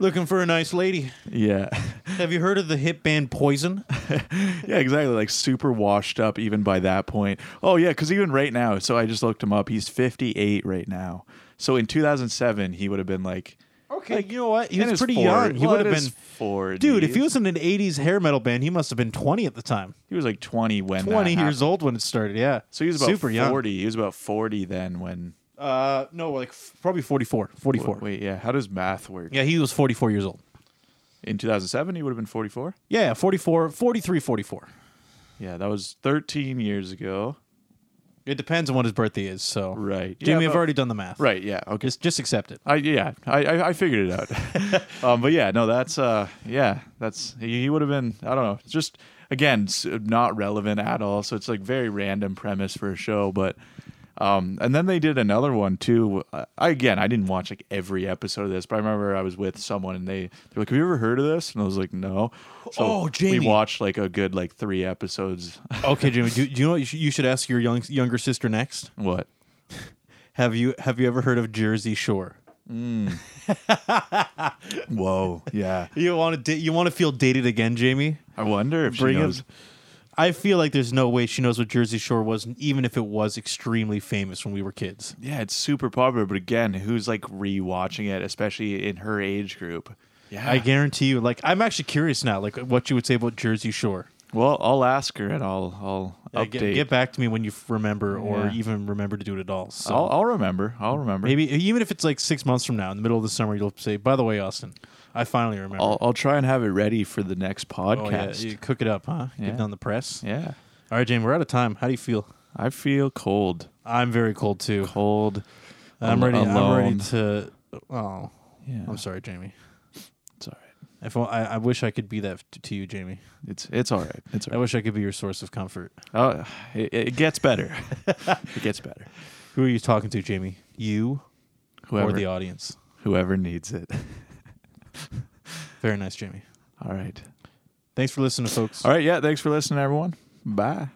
looking for a nice lady.
Yeah.
Have you heard of the hit band Poison?
Yeah, exactly. Like super washed up even by that point. Oh, yeah, cuz even right now, so I just looked him up. He's 58 right now. So in 2007, he would have been like
Okay, you know what? He
And it's
was pretty
four.
young. He
Well, it
would have
is
been
four,
dude. If
dude.
he was in an '80s hair metal band, he must have been 20 at the time.
He was like 20 when
20
that
years
happened.
old when it started. Yeah,
So he was about
super
40.
young.
He was about 40 then when.
Uh, no, like f- probably 44. 44.
Wait, yeah. How does math work?
Yeah, he was 44 years old.
In 2007, he would have been 44.
Yeah, 44, 43, 44.
Yeah, that was 13 years ago.
It depends on what his birthday is. So
Right. Yeah,
Jamie, I've
but-
already done the math.
Right. Yeah. Okay.
Just just accept it.
I yeah. I I, I figured it
<laughs>
out. <laughs> um. But yeah. No. That's uh. Yeah. That's he, he would have been. I don't know. It's just again s- not relevant at all. So it's like very random premise for a show, but. Um, and then they did another one too. Uh, I, again, I didn't watch like every episode of this, but I remember I was with someone and they they're like, "Have you ever heard of this?" And I was like, "No." So
Oh, Jamie.
we watched like a good like three episodes.
<laughs>
<laughs>
Okay, Jamie. Do, do you know what you should, you should ask your young younger sister next?
what?
Have you have you ever heard of Jersey Shore?
Whoa! Yeah,
You want to da- you want to feel dated again, Jamie?
I wonder if
Bring
she
up-
knows.
I feel like there's no way she knows what Jersey Shore was, even if it was extremely famous when we were kids.
Yeah, it's super popular, but again, who's like rewatching it, especially in her age group? Yeah.
I guarantee you. Like, I'm actually curious now, like what you would say about Jersey Shore.
well, I'll ask her and I'll I'll
Yeah,
update.
get, get back to me when you f- remember, or
Yeah.
even remember to do it at all. So
I'll I'll remember. I'll remember.
maybe even if it's like six months from now, in the middle of the summer, you'll say, "By the way, Austin, I finally remember."
I'll I'll try and have it ready for the next
Oh, yeah,
podcast.
you cook it up, huh? Get
Yeah.
Getting on the press.
yeah.
All right, Jamie, we're out of time. How do you feel?
I feel cold.
I'm very cold too.
Cold.
I'm ready. I'm ready
alone.
to. Oh,
Yeah.
I'm sorry, Jamie.
It's all right.
If I, I I wish I could be that t- to you, Jamie.
It's it's all right. It's <laughs>
I
all right.
wish I could be your source of comfort.
Oh, it, it gets <laughs> better. it gets better.
Who are you talking to, Jamie? You
Whoever
or the audience?
whoever needs it.
Very nice, Jamie.
All right.
Thanks for listening, folks.
All right. Yeah. Thanks for listening, everyone. Bye.